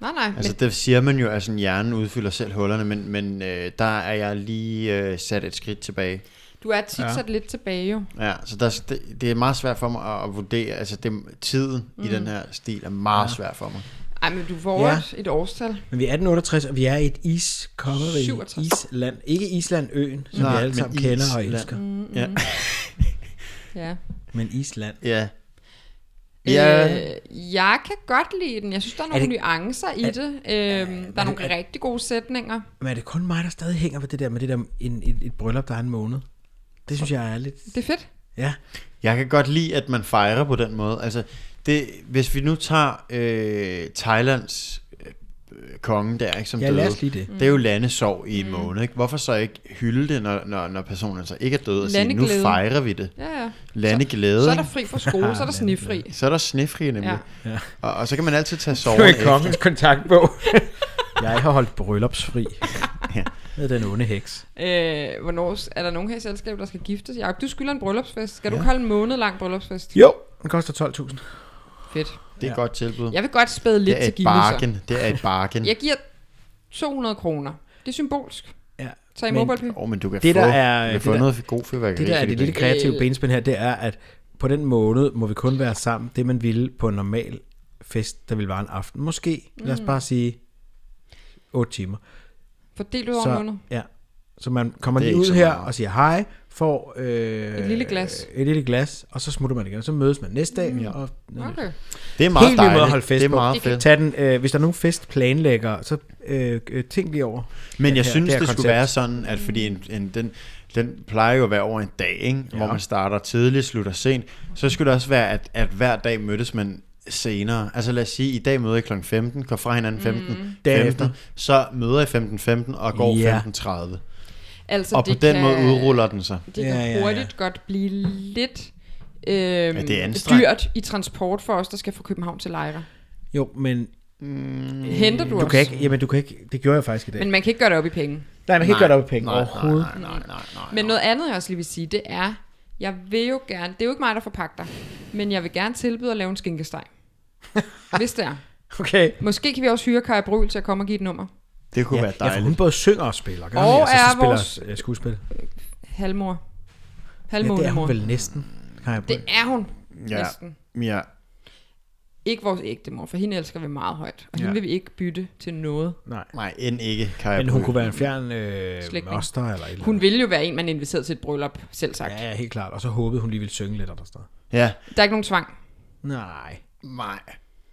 Nej, nej.
Altså,
men,
det siger man jo, at sådan, hjernen udfylder selv hullerne, men, men øh, der er jeg lige øh, sat et skridt tilbage.
du er tit ja.
Ja.
sat lidt tilbage, jo.
Ja, så der, det, det er meget svært for mig at, at vurdere. Altså, det, tiden mm. i den her stil er meget ja. svær for mig.
Ej, men du får
Ja.
ja. et årstal.
Men vi er 1868, og vi er i et iskongerige
67.
Island. Ikke Island øen, som
Nej,
vi alle
men
sammen kender og
Island.
elsker.
Mm.
Mm-hmm. Ja.
Ja.
Men Island.
ja. Ja,
Ja. Øh, jeg kan godt lide den. Jeg synes, der er nogle
det-
det, nuancer i det. Øhm, der er nogle rigtig gode sætninger.
Men er det kun mig, der stadig hænger ved det der med det der en, et, et bryllup, der er en måned? Det synes jeg er lidt...
Det er fedt.
Ja,
Jeg kan godt lide, at man fejrer på den måde. Altså, det, hvis vi nu tager øh, Thailands øh, konge der, ikke, som
Ja,
døde.
lad os lige det.
Det
Mm.
er jo landesorg i en måned. Ikke? Hvorfor så ikke hylde det, når, når, når personen så ikke er død, og sige, nu
Landeglæde.
fejrer vi det.
Ja, ja.
Landeglæde.
Så er der fri fra skole, så er der
Ja,
snifri.
så er der snefri nemlig. Ja. Ja. Og, og, så kan man altid tage sorgen efter.
kontaktbog. jeg har holdt bryllupsfri med den onde heks.
Øh, hvornår s- er der nogen her i selskabet, der skal giftes? Jakob, du skylder en bryllupsfest. Skal du ikke holde en måned lang bryllupsfest?
Jo. Den koster 12.000.
Fedt.
Det er et godt tilbud.
Jeg vil godt spæde lidt
det er
til
et
gildelser.
bargain. Det er et bargain.
Jeg giver 200 kroner. Det er symbolsk.
Ja.
Tag i
Men-
mobile
Åh, oh, men du kan
Det,
få,
der er-
du kan
det
få
der-
noget god fyrværkeri.
Det der er
for
det
de
lille kreative
Øh.
benspænd her, det er, at på den måned må vi kun være sammen det, man ville på en normal fest, der ville være en aften. Måske, lad os bare sige, 8 timer.
Fordel ud over en
Så,
måned.
ja, så man kommer
Det er
lige
ikke
ud
så
her
meget.
og siger hej, får øh,
Et lille glas.
et lille glas, og så smutter man igen. Så mødes man næste dag. Mm. Og,
Okay.
penge. Det er meget
Helt vild
dejligt.
måde at holde fest
det er
på.
meget
Det
fedt.
Tag den, øh, hvis der er nogen festplanlægger, så øh, øh, tænk lige over.
Men jeg
her-
synes,
her
det, det skulle
koncept.
være sådan, at fordi en, en, den, den plejer jo at være over en dag, ikke? hvor man starter tidligt, slutter sent, så skulle det også være, at, at hver dag mødtes man senere. Altså lad os sige, i dag møder I kl. 15, går fra hinanden 15, mm. 15
Derefter.
så møder I 15, 15 og går
Ja.
yeah. 15.30.
Altså,
Og på
det
den
kan,
måde udruller den sig.
Det
Ja,
kan
ja, ja.
hurtigt godt blive lidt øhm, ja,
det er anstrengt.
dyrt i transport for os, der skal fra København til Lejre.
Jo, men
Henter du,
Mm, du
os?
kan ikke, jamen du kan ikke, det gjorde jeg faktisk i dag.
Men man kan ikke gøre det op i penge.
nej, man kan ikke gøre det op i penge
nej,
overhovedet.
Nej, nej, nej, nej, nej.
Men noget andet, jeg også lige vil sige, det er, jeg vil jo gerne, det er jo ikke mig, der forpagter, men jeg vil gerne tilbyde at lave en skinkesteg. Hvis det er.
Okay.
Måske kan vi også hyre Kaja Bryl til at komme og give et nummer.
Det kunne
Ja,
være
ja, for
dejligt.
hun både synger og spiller. Gør
Og
hun ikke?
er
så spiller
vores-
øh, skuespil.
Halvmor.
Ja, det er
Halvmånemor.
hun vel næsten. Kan jeg
det er hun.
Ja.
Næsten.
Ja.
Ikke vores ægte mor, for hende elsker vi meget højt. Og
Ja.
hende vil vi ikke bytte til noget.
Nej.
Nej, end ikke, kan jeg
Men hun kunne være en fjern øh,
Slægtning.
moster eller et eller
Hun ville jo være en, man inviterede til et bryllup, selv sagt.
andet. Ja, ja, helt klart. Og så håbede hun lige ville synge lidt, og der står.
Ja.
Der er ikke nogen tvang.
Nej.
Nej.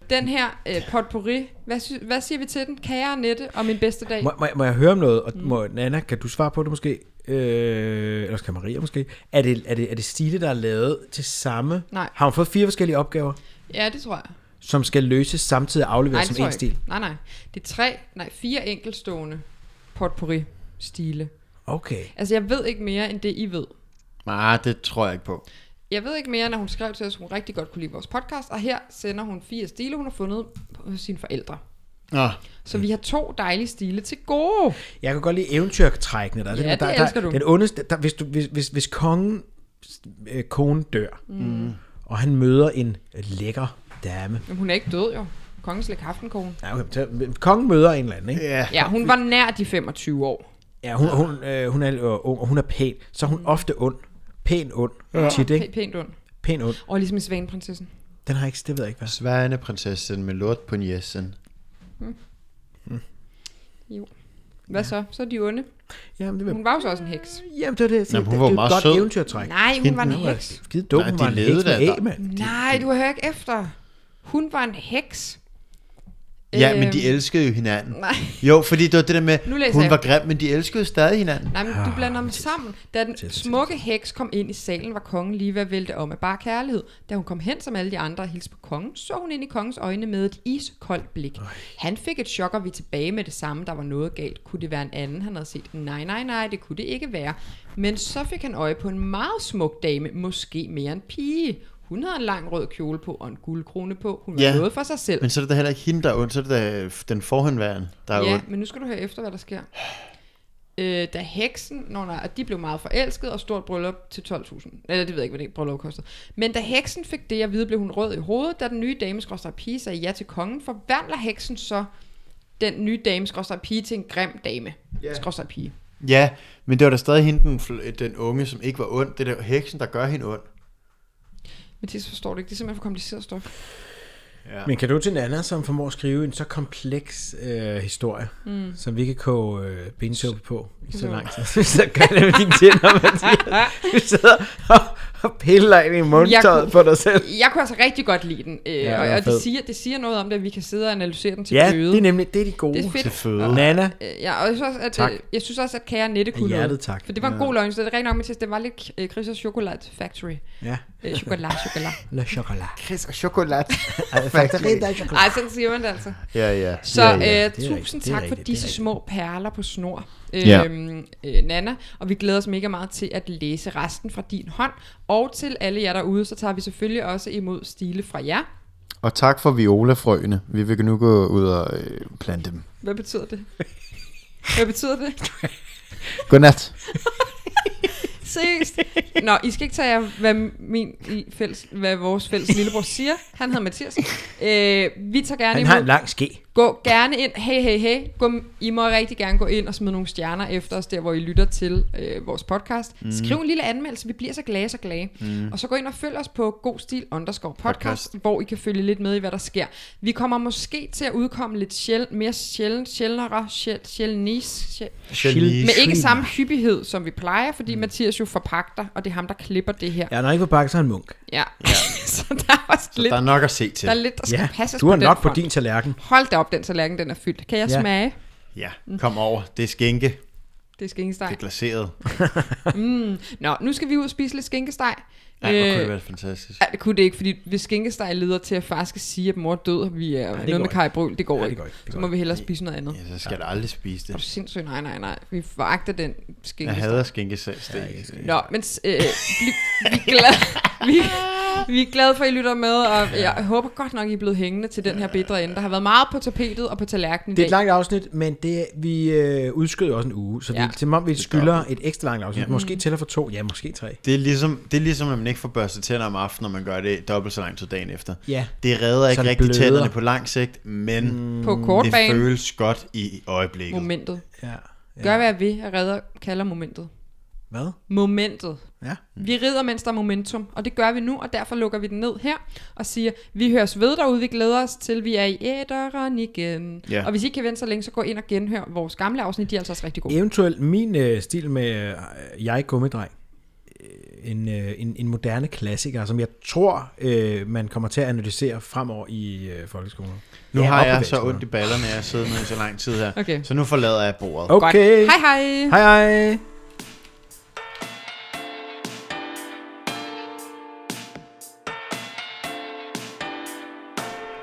Den her øh, potpourri, hvad, sy- hvad siger vi til den? Kære Annette og min bedste dag.
Må, må, må jeg høre om noget? Og
Mm.
må, Nana, kan du svare på det måske? Øh, eller skal Maria måske? Er det, er, det, er det Stine, der er lavet til samme?
Nej.
Har hun fået fire forskellige opgaver,
Ja, det tror jeg.
som skal løses samtidig og afleveres
Nej, det
som
tror
en
jeg
stil?
ikke. Nej, nej. Det er tre, nej, fire enkeltstående potpourri-stile.
Okay.
Altså, jeg ved ikke mere, end det I ved.
Nej, det tror jeg ikke på.
Jeg ved ikke mere, når hun skrev til os, at hun rigtig godt kunne lide vores podcast, og her sender hun fire stile, hun har fundet hos sine forældre.
Nå.
Mm.
Så vi har to dejlige stile til gode.
Jeg kan godt lide eventyrtrækkene. Der, er
Ja,
den- der,
det
der,
elsker du.
Den ondeste, der, hvis, du, hvis, hvis, hvis kongen, øh, konen dør, mm. og han møder en lækker dame.
Men hun er ikke død, jo. Kongens læg aftenkone.
Ja, okay, så- men kongen møder en eller anden, ikke?
Ja.
Ja, hun var nær de 25 år.
Ja, hun, hun, øh, hun er øh, ung, og hun er pæn. Så er hun
Mm.
ofte ond. Pæn ond. Ja. Tit,
P-
ikke?
pænt ond.
Pæn ond.
Og ligesom i Svaneprinsessen.
Den har ikke, det ved jeg ikke, hvad.
Sværende prinsessen med lort på njæsen.
Jo. Hvad så? Så er de onde.
Jamen, det, vil,
Hun var jo så også en heks.
jamen, det er det.
Jamen, hun
det,
var
det,
meget
er et godt
sød.
eventyrtræk.
Nej, hun var en
Hende-
heks.
Skide dum,
Nej,
hun
de
var en
levede
heks med
da der.
æg, mand.
Nej, du hører ikke efter. Hun var en heks.
Ja, men
Øhm.
de elskede jo hinanden.
Nej.
Jo, fordi det var det der med,
Nu læser
hun
jeg.
var grim, men de elskede stadig hinanden.
Nej, men du blander dem sammen. Da den smukke heks kom ind i salen, var kongen lige ved at vælte om af bare kærlighed. Da hun kom hen som alle de andre og hilste på kongen, så hun ind i kongens øjne med et iskoldt blik. Han fik et chok, og vi er tilbage med det samme. Der var noget galt. Kunne det være en anden, han havde set? Nej, nej, nej, det kunne det ikke være. Men så fik han øje på en meget smuk dame, måske mere en pige. Hun havde en lang rød kjole på og en guldkrone på. Hun var
Ja.
noget for sig selv.
Men så er det da heller ikke hende, der er ond, så er det da øh, den forhenværende, der er
Ja,
ond.
men nu skal du høre efter, hvad der sker. Øh, da heksen, når nej, og de blev meget forelsket, og stort bryllup til 12.000. Eller det ved jeg ikke, hvad det bryllup kostede. Men da heksen fik det at vide, blev hun rød i hovedet, da den nye dame skråstrej pige sagde ja til kongen, forvandler heksen så den nye dame skråstrej pige til en grim dame. Yeah. Skråstrej pige.
Ja, men det var da stadig hende, den, fl- øh, den unge, som ikke var ond. Det er da heksen, der gør hende ond.
Mathis forstår det ikke, det er simpelthen for kompliceret stof.
Ja.
Men kan du til Nana, som formår at skrive en så kompleks øh, historie, mm. som vi kan koge øh, bensuppe på i så lang tid? så gør det med dine tænder, Mathias. Du sidder og, og piller ind i mundtøjet
kunne-
på dig selv.
Jeg kunne altså rigtig godt lide den, øh,
Ja,
ja,
den er
og, og
fed.
det, siger, det siger noget om det, at vi kan sidde og analysere den til
Ja,
døde.
det er nemlig det er de gode.
det er fedt.
Til føde.
Nana,
Øh, Ja, og jeg synes også, at,
Tak.
øh, jeg synes også, at kære Nette kunne
hjertet
noget.
tak.
For det var en god løgn, så det er rigtig nok, Mathias, det var lidt øh, Chris' Chocolate Factory.
ja,
Øh, chocolate, chocolate.
la chocolat.
Chris og chokolat.
Ej, sådan siger man det altså.
ja, ja.
Så
ja,
ja,
ja.
øh,
er
tusind
rigtigt, det
tak
er
for
rigtigt, det er
disse
rigtigt.
små perler på snor, øh,
Ja.
øh, Nana. Og vi glæder os mega meget til at læse resten fra din hånd. Og til alle jer derude, så tager vi selvfølgelig også imod stile fra jer.
Og tak for violafrøene. Vi vil nu gå ud og øh, plante dem.
Hvad betyder det? Hvad betyder det?
Godnat.
Seriøst? Nå, I skal ikke tage jer, hvad, min fælles, hvad vores fælles lillebror siger. Han hedder Mathias. Øh, vi tager gerne
Han
imod.
har en lang ske.
Gå gerne ind. Hey, hey, hey. Gå, I må rigtig gerne gå ind og smide nogle stjerner efter os, der hvor I lytter til øh, vores podcast. Mm. Skriv en lille anmeldelse. Vi bliver så glade, så glade. Mm. Og så gå ind og følg os på God Stil underscore podcast,
Podcast.
podcast, hvor I kan følge lidt med i, hvad der sker. Vi kommer måske til at udkomme lidt sjæl, mere sjældent, sjældnere, sjæl, sjældnis, sjæl,
Geni.
men ikke samme hyppighed, som vi plejer, fordi mm. Mathias jo forpagter, og det er ham, der klipper det her.
Ja, når han ikke var bakke, så er han munk.
Ja. ja. så der er også lidt,
Der er nok at se til.
der, er lidt, der skal
Ja,
passes
du har
på den
nok på
front.
din tallerken.
Hold da op, den tallerken, den er fyldt. Kan jeg
Ja.
ja. smage?
Ja, kom over. Det er skænke.
Det er
Det
skinkesteg.
er glaseret.
Nå, nu skal vi ud og spise lidt skinkesteg.
Ja, hvor kunne
Øh,
det være fantastisk.
Ja, det kunne det ikke, fordi hvis skinkesteg leder til, at far skal sige, at mor er død, og vi er
det
noget
går
med
ikke.
Kai Brøl, det går
Ja, det
ikke.
går ikke. Det
Så
går
må vi hellere spise noget andet.
Ja, så skal du aldrig spise
Er du
det.
sindssygt? Nej, nej, nej. Vi foragter den
Jeg
skinkesteg.
hader skinkesag.
Nå, men øh, vi, vi, er glade, vi, vi er glade for, at I lytter med, og jeg håber godt nok, I er blevet hængende til den her bedre ende. Der har været meget på tapetet og på tallerkenen i
Det er et
dag.
langt afsnit, men det, vi øh, udskød jo også en uge, så vi,
Ja.
ja. til om vi skylder et ekstra langt afsnit. Ja. Måske tæller for to, ja, måske tre.
Det er, ligesom, det er ligesom, at man ikke får børstet tænder om aftenen, når man gør det dobbelt så lang tid dagen efter.
Ja.
Det redder ikke
det
rigtig
bløder.
tænderne på lang sigt, men mm,
På
det
kortbanen,
føles godt i øjeblikket.
momentet.
Ja.
Gør, hvad jeg vil, jeg redder, kalder momentet.
Hvad?
Momentet.
Ja.
Vi rider, mens der er momentum, og det gør vi nu, og derfor lukker vi den ned her og siger, vi høres ved derude, vi glæder os til, vi er i æderen igen.
Ja.
Og hvis I ikke kan vente så længe, så gå ind og genhør vores gamle afsnit, de er altså også rigtig gode.
Eventuelt min øh, stil med øh, jeg gummidreng. Øh, En, øh, en, en moderne klassiker, som jeg tror, øh, man kommer til at analysere fremover i øh, folkeskolen.
Nu
Ja,
har
og
jeg så
privatskolerne.
ondt i ballerne, at jeg sidder med i så lang tid her.
Okay.
Så nu forlader jeg bordet.
Godt.
Okay.
Hej hej!
Hej hej.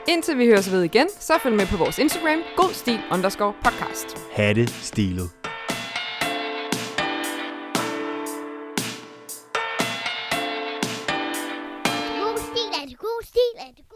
Indtil vi høres ved igen, så følg med på vores Instagram, godstil underscore podcast.
Ha' det stilet.
God stil er det god stil er det